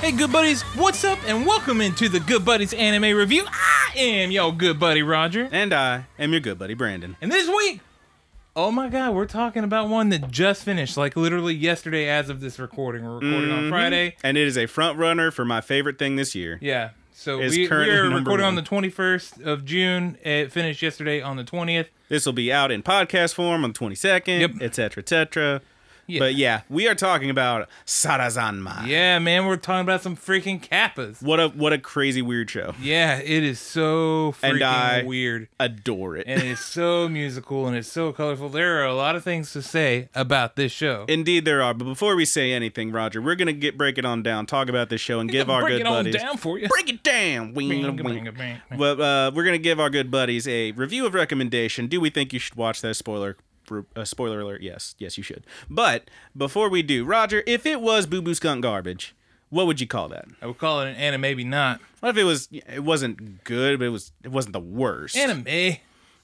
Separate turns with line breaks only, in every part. Hey, good buddies, what's up? And welcome into the Good Buddies Anime Review. I am your good buddy Roger.
And I am your good buddy Brandon.
And this week, oh my god, we're talking about one that just finished, like literally yesterday as of this recording. We're recording
Mm-hmm.
on Friday.
And it is a front runner for my favorite thing this year.
Yeah. So
It's
we, we
currently
are
number
recording on
one.
the 21st of June. It finished yesterday on the 20th.
This will be out in podcast form on the 22nd,
Yep.
et cetera, et cetera.
Yeah.
But yeah, we are talking about Sarazanma.
Yeah, man, we're talking about some freaking kappas.
What a what a crazy weird show.
Yeah, it is so freaking
And I-
weird.
Adore it.
And it's so musical and it's so colorful. There are a lot of things to say about this show.
Indeed there are. But before we say anything, Roger, we're gonna get break it on down, talk about this show and give our
break
good
it
buddies
on down for you.
break it down. Wing, wing. Well, uh, we're gonna give our good buddies a review of recommendation. Do we think you should watch that? Spoiler, uh, spoiler alert. Yes, yes, you should. But before we do, Roger, if it was Boo Boo Skunk garbage, what would you call that?
I would call it an anime, maybe not.
What if it was? It wasn't good, but it was. It wasn't the worst.
Anime. Anime,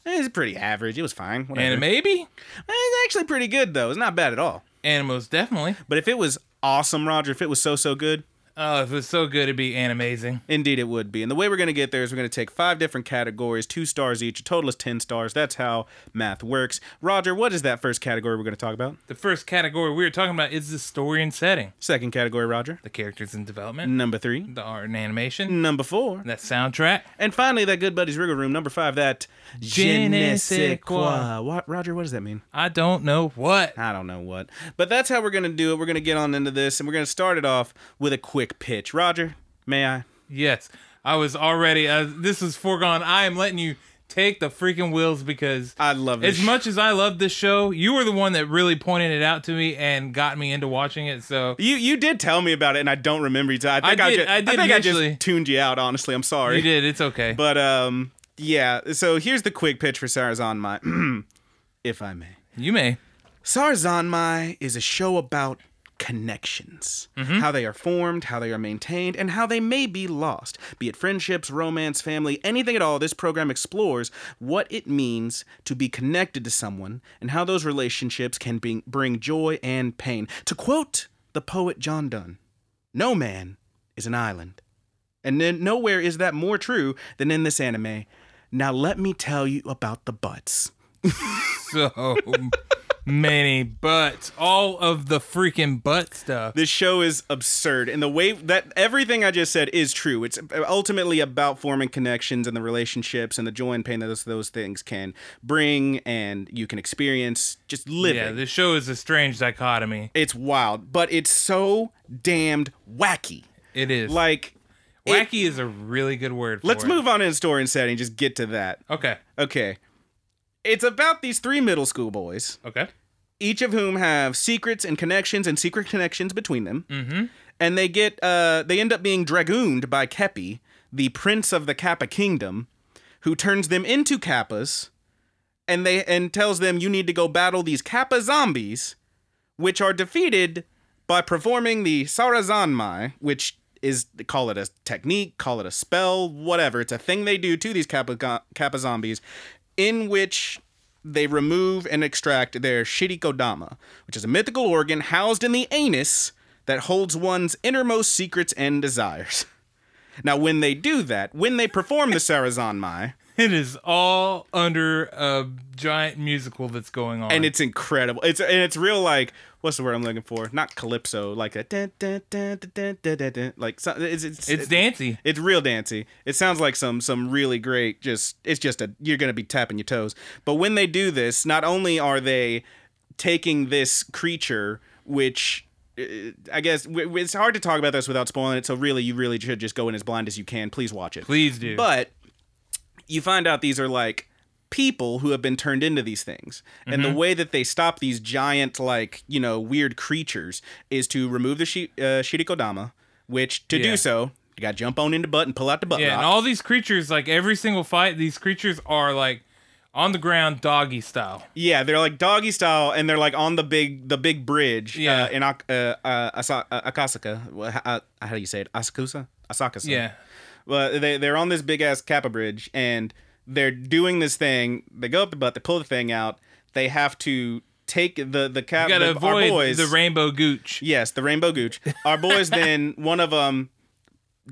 It was pretty average. It was fine. Whatever. Eh,
maybe.
It's actually pretty good though. It's not bad at all.
Animals, definitely.
But if it was awesome, Roger, if it was so so good,
Oh, if it was so good, it'd be animazing.
Indeed, it would be. And the way we're going to get there is we're going to take five different categories, two stars each, a total is 10 stars. That's how math works. Roger, what is that first category we're going to talk about?
The first category we were talking about is the story and setting,
Second category, Roger.
the characters and development,
Number three.
the art and animation,
Number four.
that soundtrack.
And finally, that good buddy's wriggle room. Number five, that
Je ne sais quoi.
What, Roger, what does that mean?
I don't know what.
I don't know what. But that's how we're going to do it. We're going to get on into this, and we're going to start it off with a quick pitch. Roger, may I?
Yes, I was already. Uh, this is foregone. I am letting you take the freaking wheels because
I love this
As much as I love this show, you were the one that really pointed it out to me and got me into watching it. So
You you did tell me about it, and I don't remember you. I think I,
did-
just,
I did
think I
initially.
just tuned you out. Honestly, I'm sorry.
you did. It's okay.
But um, yeah. So here's the quick pitch for Sarazanmai, if I may.
you may.
Sarazanmai is a show about connections, how they are formed, how they are maintained, and how they may be lost. Be it friendships, romance, family, anything at all. This program explores what it means to be connected to someone and how those relationships can bring, bring joy and pain. To quote the poet John Donne, "No man is an island." And then nowhere is that more true than in this anime. Now let me tell you about the butts.
So many butts. All of the freaking butt stuff.
This show is absurd, and the way that everything I just said is true. It's ultimately about forming connections and the relationships and the joy and pain that those, those things can bring, and you can experience just living.
Yeah, this show is a strange dichotomy.
it's wild, but it's so damned wacky.
It is.
Like, it-
Wacky is a really good word. For
let's
it.
move on in story and setting. Just get to that.
Okay.
Okay, it's about these three middle school boys.
Okay.
each of whom have secrets and connections and secret connections between them. Mm-hmm. And they get uh, they end up being dragooned by Kepi, the prince of the Kappa kingdom, who turns them into Kappas, and they and tells them you need to go battle these Kappa zombies, which are defeated by performing the Sarazanmai, which is call it a technique, call it a spell, whatever. It's a thing they do to these Kappa, go- Kappa zombies, in which they remove and extract their shirikodama, which is a mythical organ housed in the anus that holds one's innermost secrets and desires. Now, when they do that, when they perform the Sarazanmai,
It is all under a giant musical that's going on.
and it's incredible. It's and it's real like what's the word I'm looking for? Not calypso, like a dun, dun, dun, dun, dun, dun, dun, dun, like so, it's it's
it's dancey.
It's real dancey. It sounds like some some really great. Just it's just a you're gonna be tapping your toes. But when they do this, not only are they taking this creature, which uh, I guess w- w- it's hard to talk about this without spoiling it. So really, you really should just go in as blind as you can. Please watch it.
Please do.
But you find out these are like people who have been turned into these things. And
Mm-hmm.
the way that they stop these giant, like, you know, weird creatures is to remove the shi- uh, Shirikodama, which to
Yeah.
do so, you got to jump on into butt and pull out the butt
Yeah,
rock.
and all these creatures, like every single fight, these creatures are like on the ground, doggy style.
Yeah, they're like doggy style, and they're like on the big the big bridge.
Yeah.
uh, in Ak- uh, uh, Asa- uh, Akasaka. Well, h- uh, how do you say it? Asakusa, Asakasa.
Yeah,
Well, they they're on this big ass Kappa bridge, and they're doing this thing. They go up the butt, they pull the thing out. They have to take the the
you
Kappa.
gotta
the, our
avoid
boys,
the rainbow gooch.
Yes, the rainbow gooch. Our boys then one of them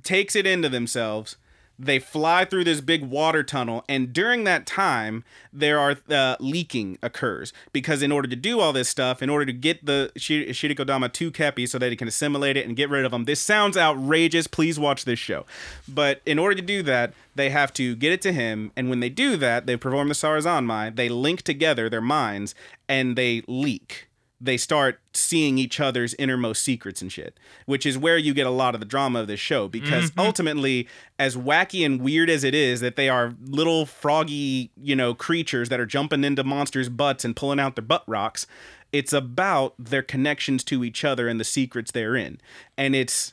takes it into themselves. They fly through this big water tunnel, and during that time, there are uh, leaking occurs because in order to do all this stuff, in order to get the Shi- Shirikodama to Kepi so that it can assimilate it and get rid of them, this sounds outrageous. Please watch this show. But in order to do that, they have to get it to him, and when they do that, they perform the Sarazanmai. They link together their minds, and they leak they start seeing each other's innermost secrets and shit, which is where you get a lot of the drama of this show because
Mm-hmm.
ultimately, as wacky and weird as it is that they are little froggy, you know, creatures that are jumping into monsters' butts and pulling out their butt rocks, it's about their connections to each other and the secrets they're in. And it's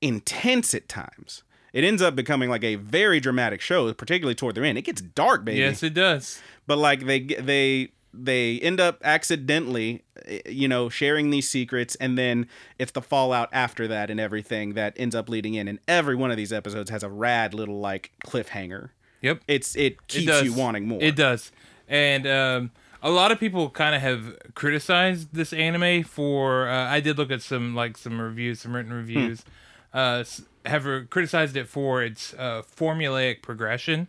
intense at times. It ends up becoming like a very dramatic show, particularly toward the end. It gets dark, baby
Yes, it does.
but like they they they end up accidentally eh, you know sharing these secrets and then it's the fallout after that and everything that ends up leading in and every one of these episodes has a rad little like cliffhanger
Yep.
it's it
It
keeps
does.
you wanting more
It does. And um, a lot of people kind of have criticized this anime for. Uh, I did look at some like some reviews, some
Hmm.
written reviews. Uh, s- have uh, criticized it for its uh, formulaic progression,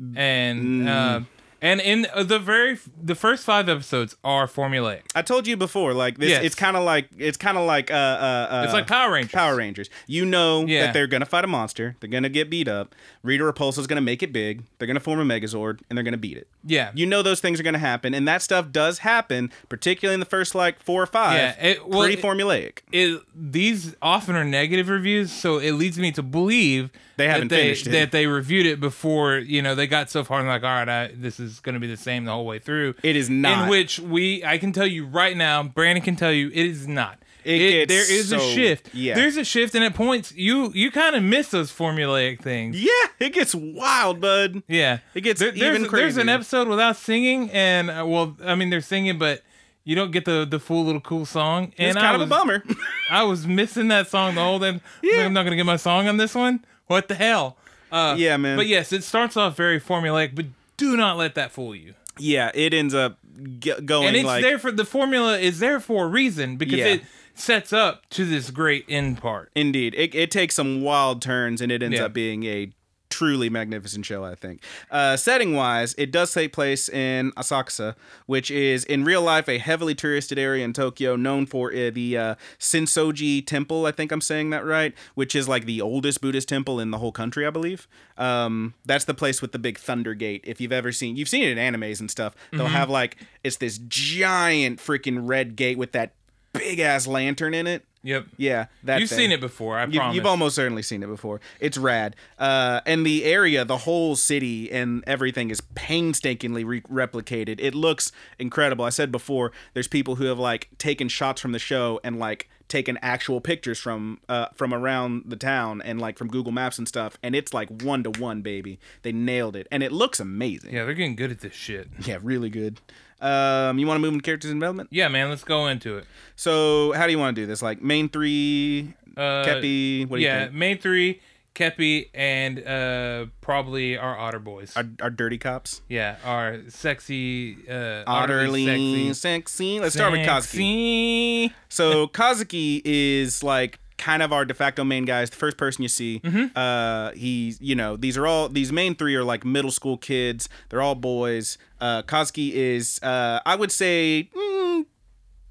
Mm.
and uh, and in the very f- the first five episodes are formulaic.
i told you before like this
Yes.
it's kind of like it's kind of like uh uh, uh
It's like Power Rangers.
Power Rangers. You know
Yeah.
that they're gonna fight a monster. They're gonna get beat up. Rita Repulsa's gonna make it big. They're gonna form a Megazord and they're gonna beat it.
Yeah.
you know those things are going to happen, and that stuff does happen, particularly in the first like four or five.
Yeah, it- well,
pretty
it-
formulaic.
it these often are negative reviews, so it leads me to believe
They haven't
that they,
finished it.
that they reviewed it before. You know, they got so far and like, all right, I, this is going to be the same the whole way through.
It is not.
In which we, I can tell you right now, Brandon can tell you, it is not.
It gets
there is a
so-
shift.
yeah.
There's a shift, and at points you you kind of miss those formulaic things.
yeah, it gets wild, bud.
Yeah,
It gets
there's,
even
there's an
crazier.
episode without singing, and uh, well, I mean they're singing, but you don't get the the full little cool song.
It's
and I
kind of a
was-
bummer.
I was missing that song the whole damn.
Yeah.
I'm not gonna get my song on this one. What the hell? Uh,
Yeah, man.
But yes, it starts off very formulaic, but do not let that fool you.
yeah, it ends up g- going
And it's
like
there for the formula is there for a reason because
Yeah.
it sets up to this great end part.
indeed. It, it takes some wild turns, and it ends
Yeah.
up being a truly magnificent show. I think. Uh, setting wise, it does take place in Asakusa, which is in real life a heavily touristed area in Tokyo, known for uh, the uh, Sensoji Temple. I think I'm saying that right, which is like the oldest Buddhist temple in the whole country, I believe. Um, that's the place with the big thunder gate. If you've ever seen, you've seen it in animes and stuff. They'll
Mm-hmm.
have like it's this giant freaking red gate with that big ass lantern in it.
Yep.
Yeah, that
You've
thing.
seen it before. I
You,
promise.
you've almost certainly seen it before. It's rad. Uh, and the area, the whole city, and everything is painstakingly re- replicated. It looks incredible. I said before, there's people who have like taken shots from the show and like taken actual pictures from uh, from around the town and like from Google Maps and stuff. And it's like one to one, baby. They nailed it, and it looks amazing.
yeah, they're getting good at this shit.
Yeah, really good. Um, you want to move into characters and development?
Yeah, man. Let's go into it.
So, how do you want to do this? Like main three,
Uh,
Kepi. What do you
yeah,
think?
main three, Kepi, and uh, probably our Otter Boys.
Our, our dirty cops.
yeah, our sexy uh,
utterly
utterly
sexy. Let's start with Kazuki.
Sexy.
So Kazuki is like kind of our de facto main guy. He's the first person you see.
Mm-hmm.
Uh, he's you know these are all these main three are like middle school kids. They're all boys. Uh, Kazuki is uh, I would say mm,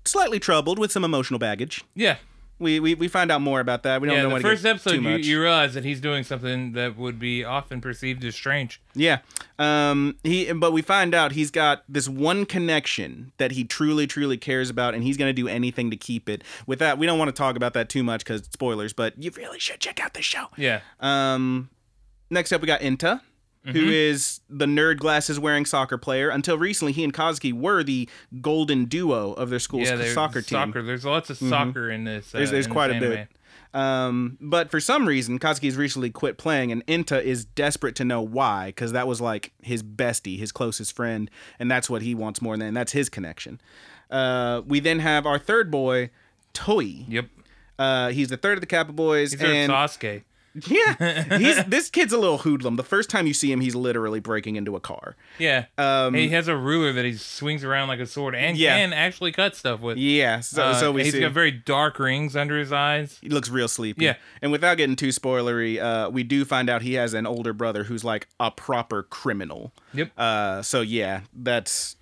slightly troubled with some emotional baggage.
Yeah.
We we, we find out more about that. We don't
Yeah,
know
the
what
first episode,
too
you,
much.
you realize that he's doing something that would be often perceived as strange.
Yeah. Um he but we find out he's got this one connection that he truly truly cares about and he's going to do anything to keep it. With that, we don't want to talk about that too much cuz spoilers, but you really should check out this show.
Yeah.
Um next up we got Inta.
Mm-hmm.
who is the nerd glasses wearing soccer player. Until recently, he and Kazuki were the golden duo of their school's
yeah, they're-
soccer team. Mm-hmm.
Soccer. There's lots of soccer in this. Uh,
There's, there's
in
quite
this
a bit.
anime.
Um, but for some reason, Katsuki's recently quit playing, and Inta is desperate to know why, because that was like his bestie, his closest friend, and that's what he wants more than that's his connection. Uh, we then have our third boy, Toi.
Yep.
Uh, he's the third of the Kappa boys,
He's
and
Sasuke.
yeah, he's this kid's a little hoodlum. The first time you see him, he's literally breaking into a car.
Yeah.
Um,
he has a ruler that he swings around like a sword and
Yeah.
can actually cut stuff with.
Yeah, so,
Uh,
so we
he's
see
got very dark rings under his eyes.
he looks real sleepy.
Yeah.
And without getting too spoilery, uh, we do find out he has an older brother who's like a proper criminal.
Yep.
Uh, so yeah, that's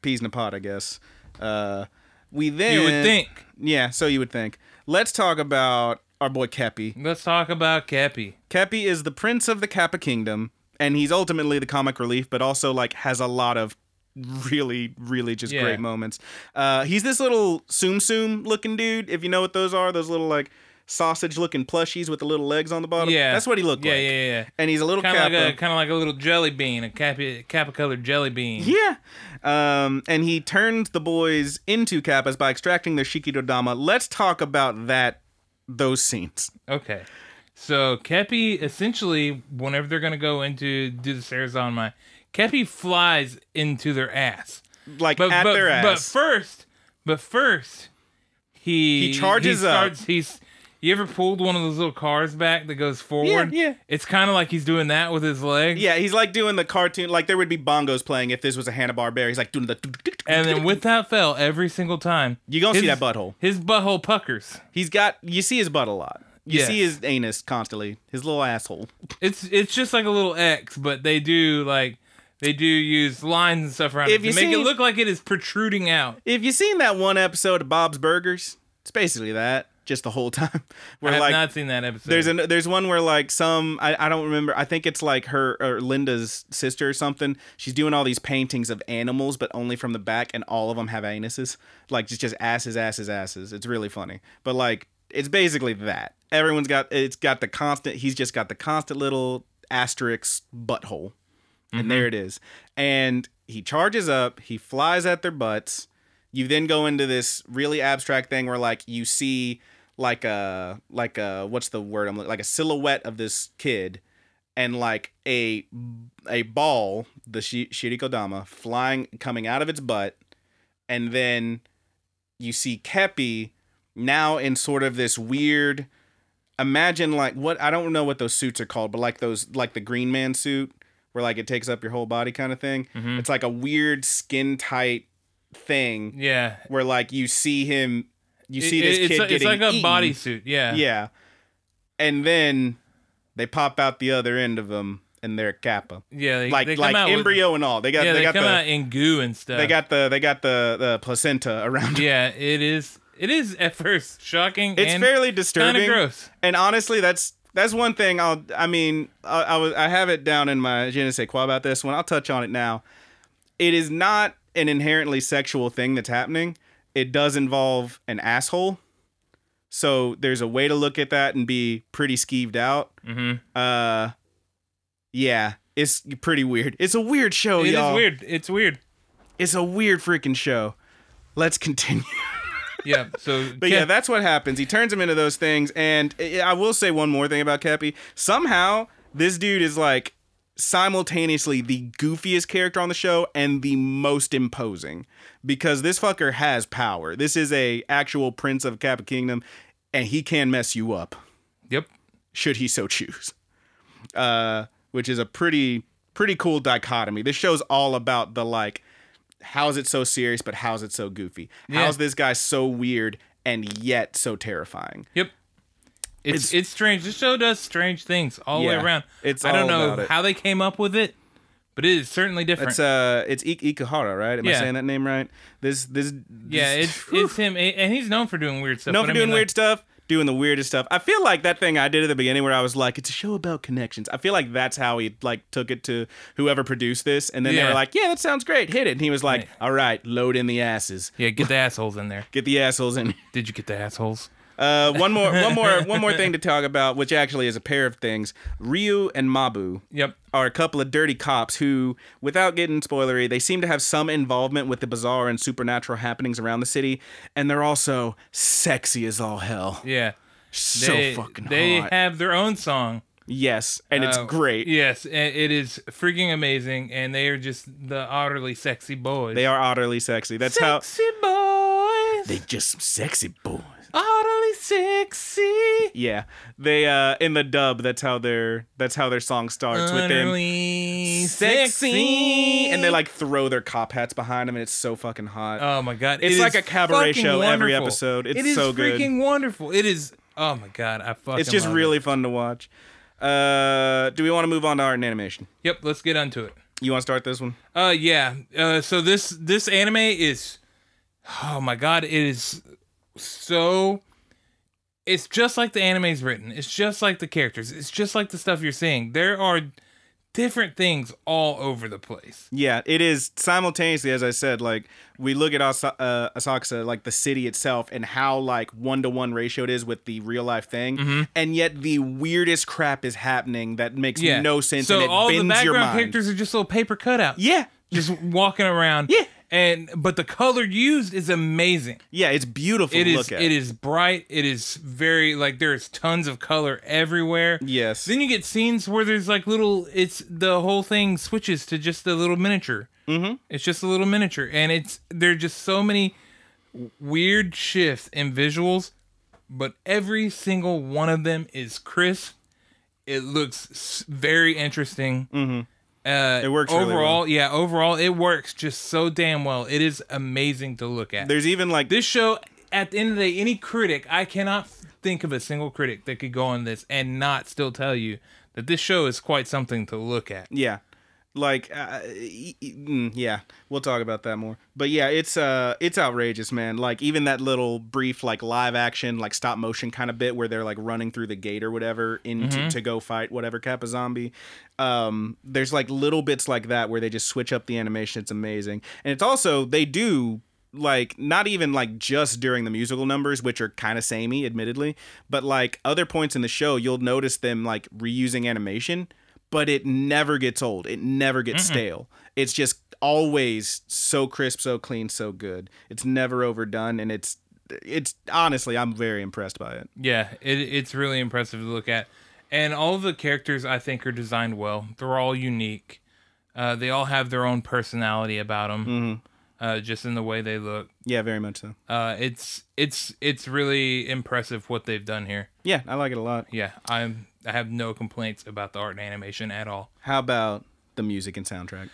peas in a pod, I guess. Uh, we then
you would think.
yeah, so you would think. Let's talk about our boy Kepi.
Let's talk about Cappy.
Kepi is the prince of the Kappa Kingdom, and he's ultimately the comic relief, but also like has a lot of really, really just
Yeah.
great moments. Uh, he's this little Tsum Tsum looking dude. If you know what those are, those little like sausage looking plushies with the little legs on the bottom.
Yeah.
that's what he looked
Yeah,
like.
yeah, yeah.
And he's a little
Kind of
Kappa.
like a kind of like a little jelly bean, a Cappy Kappa colored jelly bean.
Yeah. Um, and he turned the boys into kappas by extracting their Shikidodama. Let's talk about that those scenes.
Okay. So Kepi essentially, whenever they're gonna go into do the Sarazanmai, Kepi flies into their ass.
Like
But
at
but,
their ass.
but first but first he
He charges
he
up.
starts, He's you ever pulled one of those little cars back that goes forward?
yeah.
It's kinda like he's doing that with his legs.
yeah, he's like doing the cartoon like there would be bongos playing if this was a Hanna Barbera. He's like doing the
And then with that fell every single time.
You gonna see
his-
that butthole.
His butthole puckers.
He's got you see his butt a lot. You
Yes.
see his anus constantly, his little asshole.
It's it's just like a little X, but they do like they do use lines and stuff around
If
it
you
to make it
see-
look like it is protruding out.
If you've seen that one episode of Bob's Burgers, it's basically that just the whole time. Where
I have
like
not seen that episode.
There's an there's one where like some I, I don't remember I think it's like her or Linda's sister or something. She's doing all these paintings of animals, but only from the back, and all of them have anuses. Like just just asses, asses, asses. It's really funny, but like it's basically that. Everyone's got it's got the constant. He's just got the constant little asterisk butthole, and there it is. And he charges up. He flies at their butts. You then go into this really abstract thing where like you see like a like a what's the word I'm look- like a silhouette of this kid and like a a ball the shi- shirikodama flying coming out of its butt and then you see Kepi now in sort of this weird imagine like what I don't know what those suits are called but like those like the green man suit where like it takes up your whole body kind of thing it's like a weird skin tight thing
yeah.
where like you see him, you see
It-
this
it's,
kid
like-
getting
it's like a
eaten.
bodysuit. Yeah.
Yeah, and then they pop out the other end of them, and they're Kappa,
Yeah. They,
like
they come
like
out with-
embryo and all. They got
yeah,
they,
they,
got
come
the
out in goo and stuff.
they got the they got the the placenta around. them.
Yeah, it is. It is at first shocking.
It's
and
fairly
kind
disturbing.
of gross.
And honestly, that's that's one thing. I'll I mean I, I was I have it down in my je ne sais quoi about this one. I'll touch on it now. It is not an inherently sexual thing that's happening. It does involve an asshole. So there's a way to look at that and be pretty skeeved out.
Mm-hmm.
Uh, yeah, it's pretty weird. It's a weird show,
It is
Oh, y'all.
weird. It's weird.
It's a weird freaking show. Let's continue.
Yeah. So
But yeah, that's what happens. He turns him into those things. And I I will say one more thing about Kepi. Somehow, this dude is like simultaneously the goofiest character on the show and the most imposing because this fucker has power. This is a actual prince of Kappa Kingdom, and he can mess you up
yep.
should he so choose. Uh, which is a pretty pretty cool dichotomy. This show's all about the like how's it so serious but how's it so goofy?
Yeah.
How's this guy so weird and yet so terrifying?
Yep. It's,
It's-
it's strange. This show does strange things all the
Yeah,
way around.
it's
I don't
all
know
about it.
how they came up with it, but it is certainly different.
It's uh it's Ik- Ikahara, right? Am I
Yeah.
saying that name right? This this, this
yeah, it's it's him, and he's known for doing weird stuff.
known
but
for
I
doing
mean, like,
weird stuff, doing the weirdest stuff. I feel like that thing I did at the beginning where I was like, it's a show about connections. I feel like that's how he like took it to whoever produced this, and then they
Yeah.
were like, yeah, that sounds great, hit it. And he was like, all right, load in the asses,
Yeah, get the assholes in there.
get the assholes in.
Did you get the assholes?
Uh, one more, one more, one more thing to talk about, which actually is a pair of things. Ryu and Mabu
Yep.
are a couple of dirty cops who, without getting spoilery, they seem to have some involvement with the bizarre and supernatural happenings around the city, and they're also sexy as all hell.
Yeah.
So
they,
fucking
They
hot.
have their own song.
yes, and it's
Uh,
great.
Yes, i- it is freaking amazing, and they are just the utterly sexy boys.
They are utterly sexy. That's how
sexy boys.
they just some sexy boys.
utterly sexy.
Yeah, they uh in the dub. That's how their that's how their song starts with them.
Utterly
sexy and they like throw their cop hats behind them and it's so fucking hot
Oh my god!
It's
it
like
is
a cabaret
fucking
show every
wonderful.
episode. It's
It is
so good.
freaking wonderful. It is. Oh my god! I fucking.
it's just
love
really fun to watch uh do we want to move on to art and animation
It. Yep. Let's get onto it.
you want to start this one
Uh, yeah. Uh, so this this anime is, oh my god, it is so. It's just like the anime's written. It's just like the characters. It's just like the stuff you're seeing. There are different things all over the place.
yeah it is simultaneously as i said like we look at Asa- uh, asakusa like the city itself and how like one-to-one ratio it is with the real life thing
Mm-hmm.
and yet the weirdest crap is happening that makes
Yeah.
no sense
So
and it
all
bends
the
your
background
mind
pictures are just little paper cutouts.
yeah
Just walking around.
Yeah.
And but the color used is amazing.
yeah it's beautiful
It
to
is
look at
it is bright. It is very like there's tons of color everywhere.
yes
Then you get scenes where there's like little. It's the whole thing switches to just a little miniature. Mm-hmm. It's just a little miniature, and it's there are just so many weird shifts in visuals, but every single one of them is crisp. It looks s- very interesting. Mm-hmm. Uh, it
works really
overall. Yeah, overall, it works just so damn well. It is amazing to look at.
there's even like
this show, at the end of the day, any critic, I cannot think of a single critic that could go on this and not still tell you that this show is quite something to look at.
Yeah. Like uh, e- e- mm, yeah, we'll talk about that more. But yeah, it's uh it's outrageous, man. Like even that little brief like live action like stop motion kind of bit where they're like running through the gate or whatever into to go fight whatever Kappa zombie. Um there's like little bits like that where they just switch up the animation. It's amazing. And it's also they do like not even like just during the musical numbers which are kind of samey admittedly but like other points in the show you'll notice them like reusing animation but it never gets old it never gets stale it's just always so crisp so clean so good it's never overdone and it's it's honestly i'm very impressed by it
Yeah, it, it's really impressive to look at. And all of the characters, I think, are designed well. They're all unique. Uh, they all have their own personality about them,
Mm-hmm.
uh, just in the way they look.
yeah very much so
Uh, it's it's it's really impressive what they've done here.
yeah i like it a lot
Yeah, I'm I have no complaints about the art and animation at all.
how about the music and soundtrack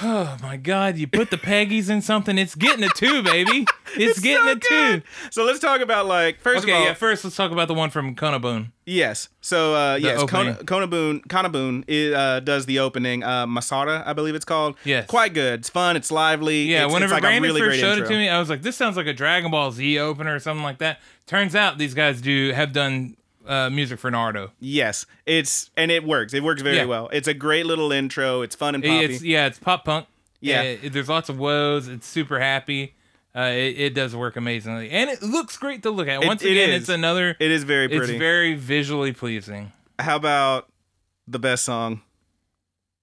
Oh my God! You put the Peggies in something, it's getting a two, baby. It's, getting a two.
so let's talk about like first
Okay,
of all
yeah. First, let's talk about the one from Kunabun.
Yes. So uh, yes,
opening.
Konabun Konabun i- uh, does the opening. Uh, Masada, I believe it's called.
Yes.
Quite good. It's fun. It's lively.
Yeah,
It's- it's,
whenever
like
Brandon
a really
first
great
showed
intro.
it to me, I was like, "This sounds like a Dragon Ball Z opener or something like that." Turns out these guys do have done uh, music for Naruto.
Yes. It's and it works. It works very
Yeah.
well. It's a great little intro. It's fun and poppy.
It's yeah, it's pop punk.
Yeah.
Uh, there's lots of woes. It's super happy. Uh, it, it does work amazingly, and it looks great to look at. Once
it
again,
is.
it's another.
it is very
it's
pretty.
very visually pleasing.
How about the best song?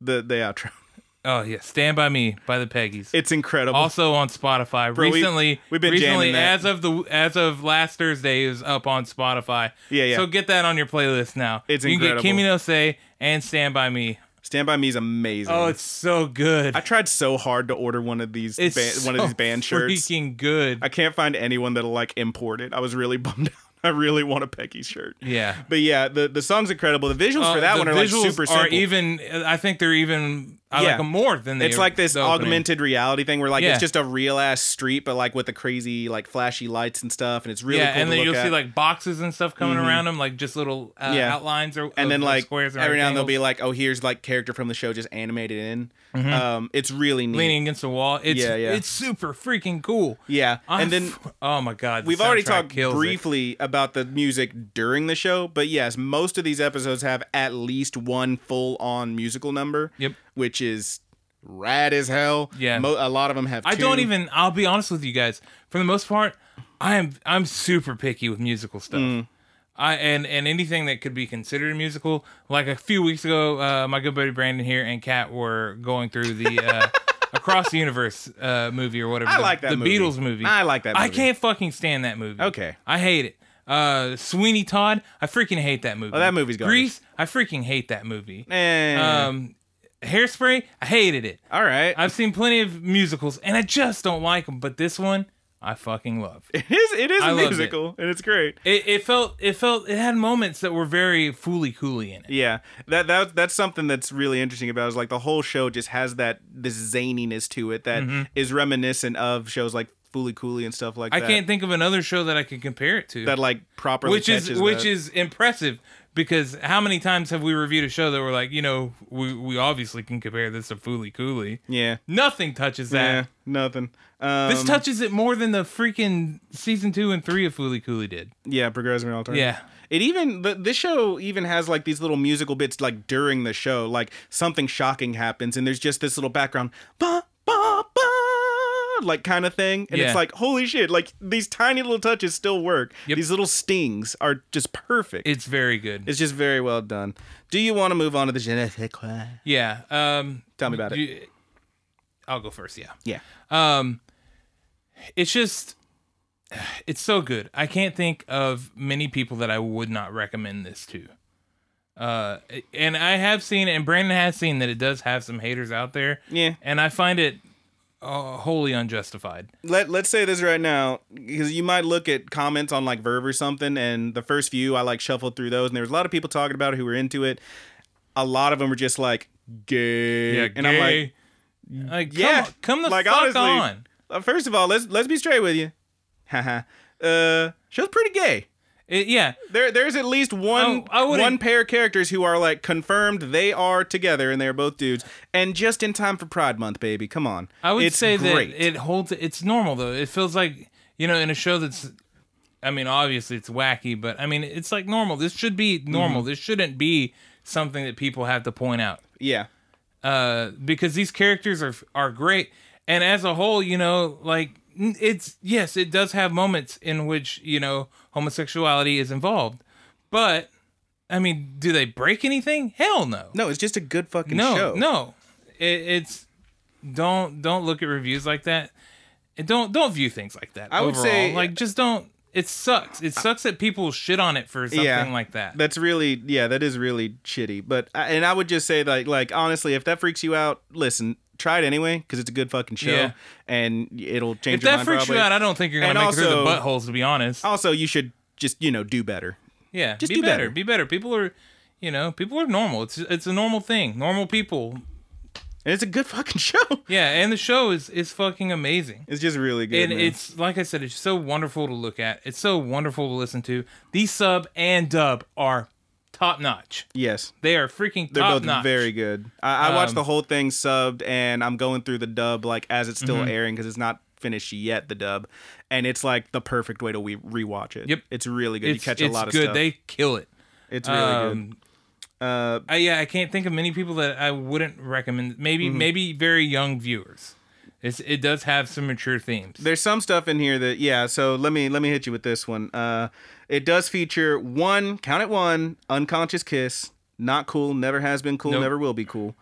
The the outro.
Oh yeah, "Stand by Me" by the Peggies.
It's incredible.
also on Spotify.
Bro, we-
recently,
we've been
recently
jamming that.
as of the as of last Thursday is up on Spotify.
Yeah, yeah.
So get that on your playlist now.
It's
you
incredible.
can get Kimi no Se and Stand by Me.
Stand by Me is amazing.
Oh, it's so good.
I tried so hard to order one of these
it's
ba- one of
so
these band shirts.
Freaking good.
I can't find anyone that'll like import it. I was really bummed out. I really want a Peggy shirt.
yeah.
But yeah, the, the song's incredible. The visuals for that
Uh,
one
the
are like
visuals
super
are
simple.
even. I think they're even. I
Yeah.
like them more than they.
it's like this
the opening.
augmented reality thing where like
Yeah.
it's just a real ass street, but like with the crazy like flashy lights and stuff, and it's really
yeah,
cool
and then
to look
you'll
at. Mm-hmm.
see like boxes and stuff coming around them, like just little uh,
Yeah.
outlines or
and then
of
like
squares. and
every now and then they'll
rectangles. Mm-hmm.
be like, oh, here's like character from the show just animated in. Um, it's really neat.
leaning against the wall. It's
Yeah, yeah.
it's super freaking cool.
Yeah,
I
and then
f- oh my god, the
We've already
soundtrack
talked
kills it.
briefly about the music during the show, but yes, most of these episodes have at least one full on musical number.
Yep.
Which is rad as hell.
Yeah.
Mo- a lot of them have
I
two.
don't even. I'll be honest with you guys. For the most part, I'm I'm super picky with musical stuff.
Mm.
I and and anything that could be considered a musical. Like a few weeks ago, uh, my good buddy Brandon here and Kat were going through the uh, Across the Universe uh, movie or whatever.
I
the-
like that
the
movie.
Beatles movie.
I like that
I
movie.
can't fucking stand that movie.
Okay.
I hate it. Uh, Sweeney Todd, I freaking hate that movie. Oh,
that movie's garbage.
Grease, I freaking hate that movie.
Eh,
Um, Hairspray, I hated it.
all right.
I've seen plenty of musicals and I just don't like them, but this one I fucking love.
it is, it is
I
a
loved it.
musical, and it's great.
It, it felt it felt it had moments that were very fooly cooly in it.
Yeah, that that that's something that's really interesting about it, is like the whole show just has that this zaniness to it that is reminiscent of shows like Foolie Cooley and stuff like
Mm-hmm. I
that.
can't think of another show that I could compare it to.
that like properly
which is
catches
which
the-
is impressive because how many times have we reviewed a show that we're like, you know, we we obviously can compare this to Fooly Cooly.
yeah
Nothing touches that.
yeah nothing. Um,
This touches it more than the freaking season two and three of Fooly Cooly did.
yeah progressive alternative
Yeah.
It even th- this show even has like these little musical bits like during the show, like something shocking happens, and there's just this little background ba ba ba like kind of thing, and
Yeah.
it's like holy shit! Like these tiny little touches still work.
Yep.
These little stings are just perfect.
It's very good.
it's just very well done. Do you want to move on to the genetic?
yeah. Um
Tell me about it.
you- I'll go first, yeah.
Yeah,
Um, it's just, it's so good. I can't think of many people that I would not recommend this to. Uh, and I have seen, and Brandon has seen that it does have some haters out there.
Yeah.
and I find it uh, wholly unjustified.
let let's say this right now because you might look at comments on like Verve or something, and the first few I like shuffled through those, and there was a lot of people talking about it who were into it. A lot of them were just like gay, and I'm like,
I'm like, like come,
yeah,
yeah, come the
like,
fuck
honestly,
on.
uh, First of all, let's let's be straight with you. Haha. uh, show's pretty gay.
It- yeah,
There there's at least one
Oh, I wouldn't-
one pair of characters who are like confirmed they are together, and they are both dudes, and just in time for Pride Month, baby. Come on,
I would
It's
say
great.
that it holds. It's normal though. It feels like you know in a show that's. I mean, obviously it's wacky, but I mean it's like normal. This should be normal.
Mm-hmm.
This shouldn't be something that people have to point out
yeah.
uh, because these characters are are great, and as a whole, you know, like n- it's yes, it does have moments in which you know homosexuality is involved, but I mean, do they break anything? Hell no,
No, it's just a good fucking
no,
show.
no. It, it's don't don't look at reviews like that, and don't don't view things like that.
I would
overall.
say-
like just don't. It sucks. It sucks that people shit on it for something like that.
That's really yeah, that is really shitty. But I- and I would just say like like honestly, if that freaks you out, listen, try it anyway because it's a good fucking show
Yeah.
and it'll change
if
your
that
mind
freaks
probably.
you out, I don't think you're gonna
And
make it through the
also-
buttholes. To be honest,
also, you should just you know do better.
Yeah,
Just
be
do
better.
better.
Be better. People are, you know, people are normal. It's it's a normal thing. Normal people.
And it's a good fucking show.
Yeah, and the show is is fucking amazing.
It's just really good.
And
man.
it's like I said, it's so wonderful to look at. It's so wonderful to listen to. The sub and dub are top notch.
yes,
They are freaking
they're
top
both
notch. Um,
very good. I, I watched the whole thing subbed, and I'm going through the dub like as it's still airing
Mm-hmm.
'cause airing because it's not finished yet. The dub, and it's like the perfect way to we- rewatch it.
Yep.
it's really good.
It's,
you catch
it's
a lot of
good.
stuff.
They kill it.
it's really
um,
good. Uh,
I, yeah, I can't think of many people that I wouldn't recommend. Maybe
Mm-hmm.
maybe very young viewers. It's, it does have some mature themes.
there's some stuff in here that yeah so let me let me hit you with this one uh it does feature one count it one unconscious kiss not cool never has been cool
Nope.
never will be cool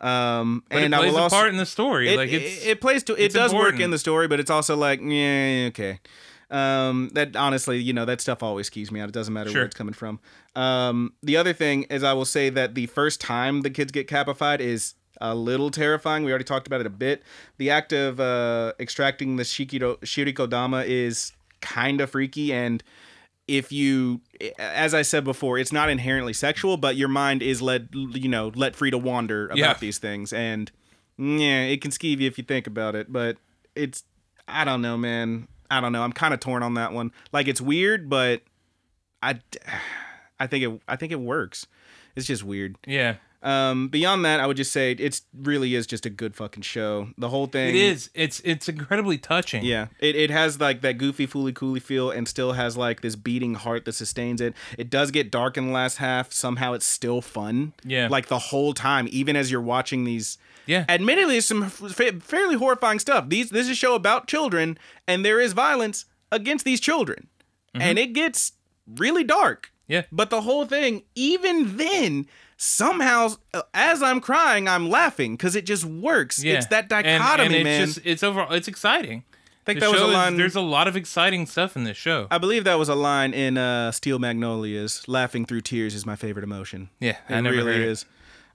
um
But
and
it
i
plays
will
a
also
part in the story.
it,
like
it-
it's,
it plays to it does work in
important.
the story but it's also like yeah okay um that honestly you know that stuff always keeps me out it doesn't matter
Sure.
where it's coming from um the other thing is i will say that the first time the kids get capified is a little terrifying we already talked about it a bit the act of uh extracting the shikiro shirikodama is kind of freaky and if you as i said before it's not inherently sexual but your mind is let you know let free to wander about
Yeah.
these things and yeah it can skeeve you if you think about it but it's i don't know man i don't know i'm kind of torn on that one like it's weird but i i think it i think it works it's just weird
yeah.
um beyond that i would just say it's really is just a good fucking show the whole thing
It is. It's it's incredibly touching.
yeah, it, it has like that goofy, fooly, cooly feel, and still has like this beating heart that sustains it. It does get dark in the last half. Somehow, it's still fun.
Yeah.
like the whole time, even as you're watching these.
Yeah.
Admittedly, it's some fa- fairly horrifying stuff. These this is a show about children, and there is violence, against these children.
Mm-hmm.
And it gets really dark.
Yeah.
But the whole thing, even then, somehow, uh, as I'm crying, I'm laughing because it just works.
Yeah.
It's that
And-
dichotomy,
and it's
man.
Just, it's overall, it's exciting.
I think
The
that was a
show is-
line.
there's a lot of exciting stuff in this show.
I believe that was a line in uh, Steel Magnolias. Laughing through tears is my favorite emotion.
Yeah,
it
I never
really
heard it.
is.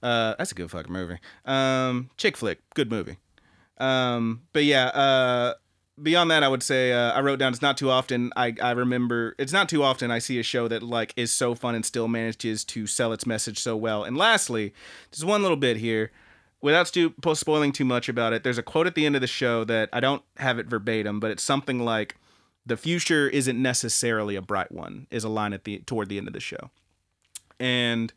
Uh, that's a good fucking movie. Um, chick flick, good movie. Um, but yeah, uh, beyond that, I would say uh, I wrote down. It's not too often I, I remember. It's not too often I see a show that like is so fun and still manages to sell its message so well. And lastly, just one little bit here. Without stu- po- spoiling too much about it, there's a quote at the end of the show that I don't have it verbatim, but it's something like, "The future isn't necessarily a bright one," is a line at the toward the end of the show, and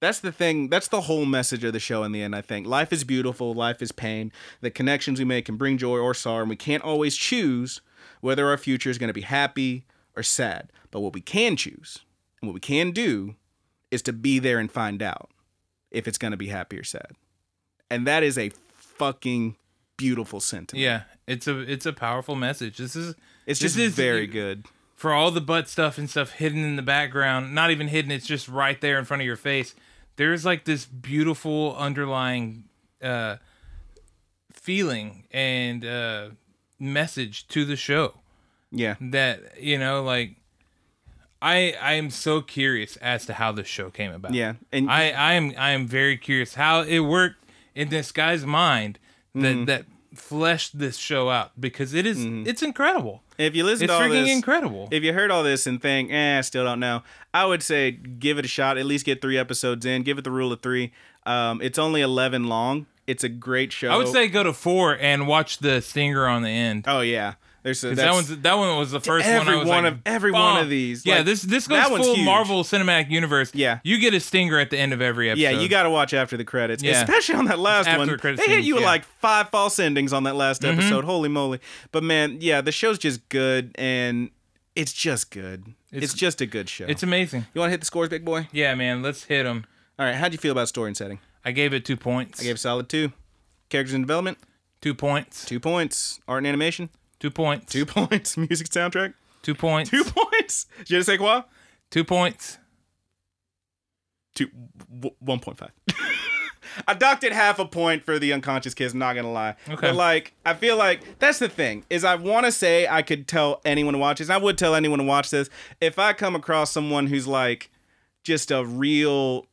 that's the thing that's the whole message of the show in the end i think life is beautiful life is pain the connections we make can bring joy or sorrow and we can't always choose whether our future is going to be happy or sad but what we can choose and what we can do is to be there and find out if it's going to be happy or sad and that is a fucking beautiful sentiment
Yeah, it's a it's a powerful message. This is
it's
this
just
is-
very good
for all the butt stuff and stuff hidden in the background, not even hidden, it's just right there in front of your face. There's like this beautiful underlying uh, feeling and uh, message to the show
yeah
that you know, like I I am so curious as to how this show came about.
yeah and
I, I am I am very curious how it worked in this guy's mind that
Mm-hmm.
that fleshed this show out because it is- it's incredible.
if you Mm-hmm. listen
It's
to all
freaking
this
incredible.
If you heard all this and think, eh, I still don't know, I would say give it a shot. At least get three episodes in. Give it the rule of three. Um, it's only 11 long. It's a great show.
I would say go to four and watch the stinger on the end.
Oh, yeah. There's a,
that
that's-
one's that one was the first
Every
one. I was
one
like,
of- every one
"Bonk."
of these,
Yeah,
like,
this this goes
that one's
full
huge.
Marvel Cinematic Universe.
Yeah.
you get a stinger at the end of every episode.
yeah, you got to watch after the credits,
Yeah.
especially on that last
After
one.
the credits
They hit
scenes,
you with
yeah. Mm-hmm.
like five false endings on that last episode. Holy moly! But man, yeah, the show's just good, and it's just good. It's, just a good show.
It's amazing.
you want to hit the scores, big boy?
Yeah, man, let's hit them.
All right, how'd you feel about story and setting?
I gave it two points.
I gave solid two. Characters and development,
two points.
two points. Art and animation,
Two points.
Two points. Music soundtrack.
Two points.
Two points. Je ne sais quoi.
Two points.
Two. W- One point five. I docked it half a point for the unconscious kiss. Not gonna lie.
Okay.
But like, I feel like that's the thing is I want to say I could tell anyone to watch this. and I would tell anyone to watch this if I come across someone who's like just a real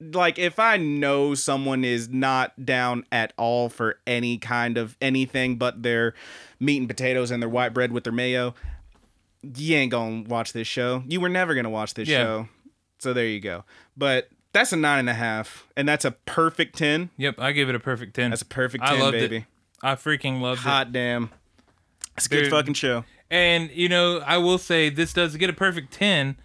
like if I know someone is not down at all for any kind of anything but their meat and potatoes and their white bread with their mayo, you ain't gonna watch this show. You were never gonna watch this
Yeah.
show. So there you go. But that's a nine and a half, and that's a perfect ten.
Yep, I gave it a perfect ten.
That's a perfect
I
ten,
loved
baby.
It. I freaking loved it.
Hot damn. It's a good
Dude.
fucking show.
And you know, I will say this does get a perfect ten.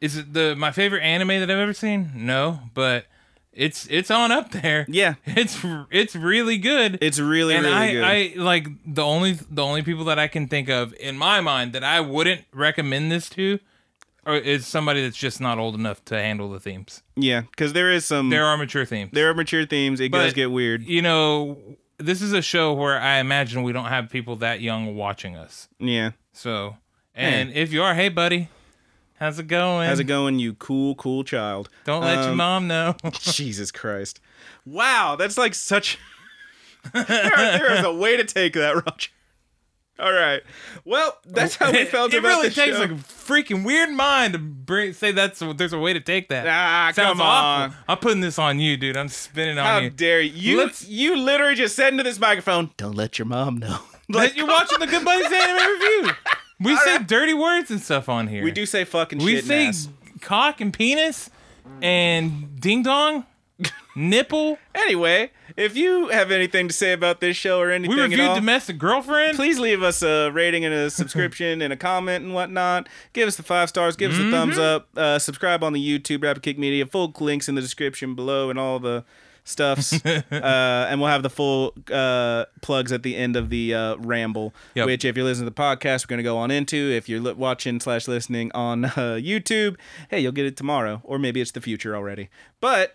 Is it the my favorite anime that I've ever seen? No, but it's it's on up there.
Yeah.
it's it's really good.
It's really,
and
really
I,
good.
I like the only the only people that I can think of in my mind that I wouldn't recommend this to, or is somebody that's just not old enough to handle the themes.
yeah, because there is some
There are mature themes.
there are mature themes. It does
But-
get weird.
you know, this is a show where I imagine we don't have people that young watching us.
Yeah.
So, and if you are, hey buddy, how's it going?
How's it going, you cool, cool child?
Don't let your
Um,
mom know.
Jesus Christ. Wow, that's like such. there, there is a way to take that, Roger. All right. Well, that's how we felt
it
about
really
the
takes
show.
like a freaking weird mind to bring, say that's there's a way to take that.
Ah,
Sounds
come
awful.
on.
I'm putting this on you, dude. I'm spinning on
How
you.
dare you? You,
Let's-
you literally just said into this microphone, don't let your mom know.
But you're watching the Good Buddies anime review. We say dirty words and stuff on here.
We do say fucking
We
shit. and
say
ass.
cock and penis and ding dong, nipple.
Anyway, if you have anything to say about this show or anything
We
at
reviewed
all,
domestic girlfriend.
please leave us a rating and a subscription and a comment and whatnot. Give us the five stars. Give us
Mm-hmm.
the thumbs up. Uh, subscribe on the YouTube Rapid Kick Media. Full links in the description below and all the stuffs. uh, and we'll have the full uh, plugs at the end of the uh, ramble.
Yep.
Which, if you're listening to the podcast, we're gonna go on into. If you're li- watching slash listening on uh, YouTube, hey, you'll get it tomorrow, or maybe it's the future already. But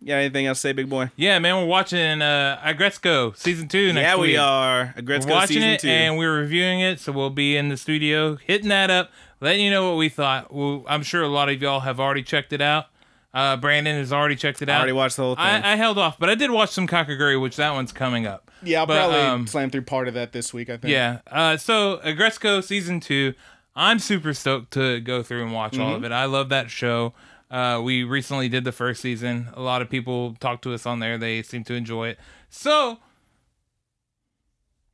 You got anything else to say, big boy?
Yeah, man, we're watching uh, Agretzko season two next
yeah,
week.
we are. Agretzko
We're watching
season
it
two.
and we're reviewing it, so we'll be in the studio hitting that up, letting you know what we thought. Well, I'm sure a lot of y'all have already checked it out. Uh, Brandon has already checked it out.
already watched the whole thing.
I, I held off, but I did watch some Kakaguri, which that one's coming up.
yeah, I'll
But,
probably
um,
slam through part of that this week. I think.
yeah. Uh, so Agresco season two, I'm super stoked to go through and watch
Mm-hmm.
all of it. I love that show. Uh, we recently did the first season. A lot of people talked to us on there. They seem to enjoy it. So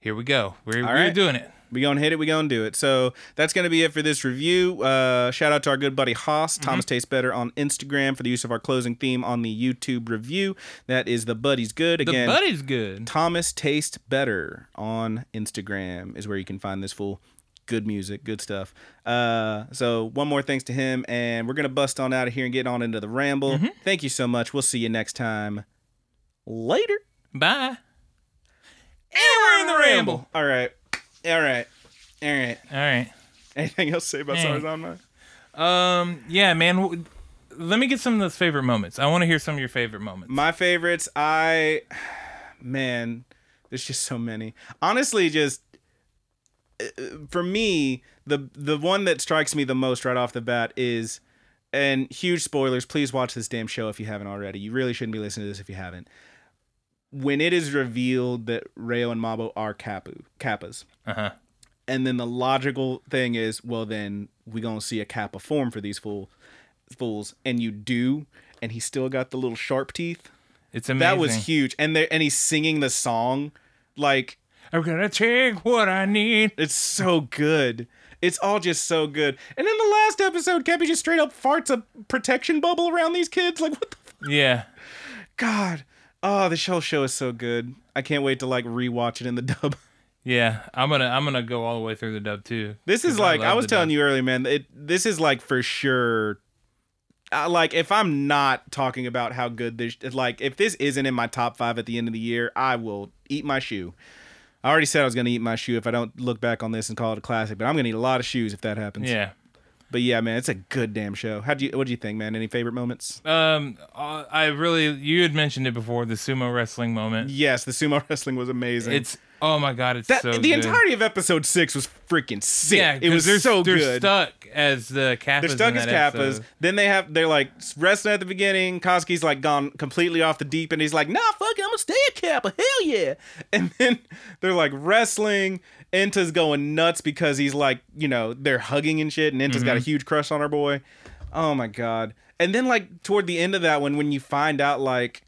here we go. We're,
All
we're
right.
doing it.
We gonna hit it. We gonna do it. So that's gonna be it for this review. Uh, shout out to our good buddy Haas,
Mm-hmm.
Thomas Tastes Better on Instagram for the use of our closing theme on the YouTube review. That is the buddy's good
The
again.
buddy's good.
Thomas Taste Better on Instagram is where you can find this fool. Good music, good stuff. Uh, so one more thanks to him, and we're gonna bust on out of here and get on into the ramble.
Mm-hmm.
Thank you so much. We'll see you next time. Later.
Bye. And we're in the ramble.
All right. All right. All right.
All right.
Anything else to say about
Hey.
Summer's Online?
Um. Yeah, man. W- Let me get some of those favorite moments. I want to hear some of your favorite moments.
My favorites, I man, there's just so many. Honestly, just uh, for me, the the one that strikes me the most right off the bat is and huge spoilers, please watch this damn show if you haven't already. You really shouldn't be listening to this if you haven't. When it is revealed that Rayo and Mabo are Kapu, Kappas,
Uh huh.
and then the logical thing is, well, then we gonna see a Kappa form for these fool, fools, and you do, and he still got the little sharp teeth.
It's amazing.
That was huge. And there and he's singing the song. Like
I'm gonna take what I need.
it's so good. It's all just so good. And in the last episode, Cappy just straight up farts a protection bubble around these kids. Like what the f-
Yeah.
God. Oh, this whole show is so good. I can't wait to like rewatch it in the dub.
Yeah, I'm gonna I'm gonna go all the way through the dub too.
This is
'Cause
like I,
love
was
the
telling
dub.
you earlier, man. It this is like for sure. I, like if I'm not talking about how good this, like if this isn't in my top five at the end of the year, I will eat my shoe. I already said I was gonna eat my shoe if I don't look back on this and call it a classic, but I'm gonna eat a lot of shoes if that happens.
Yeah.
But yeah, man, it's a good damn show. How do you? What do you think, man? Any favorite moments?
Um, I I really you had mentioned it before the sumo wrestling moment.
Yes, the sumo wrestling was amazing.
It's oh my god, it's
that,
so
the
good.
entirety of episode six was freaking sick.
yeah.
it
'cause
was
they're,
so
they're
good.
stuck as the kappas.
They're stuck
in
as
that
kappas.
episode.
Then they have they're like wrestling at the beginning. Koski's like gone completely off the deep, and he's like, "Nah, fuck it, I'm gonna stay a kappa. Hell yeah!" And then they're like wrestling. Enta's going nuts because he's like, you know, they're hugging and shit, and Enta's got a
Mm-hmm.
huge crush on our boy. Oh my god! And then like toward the end of that one, when you find out like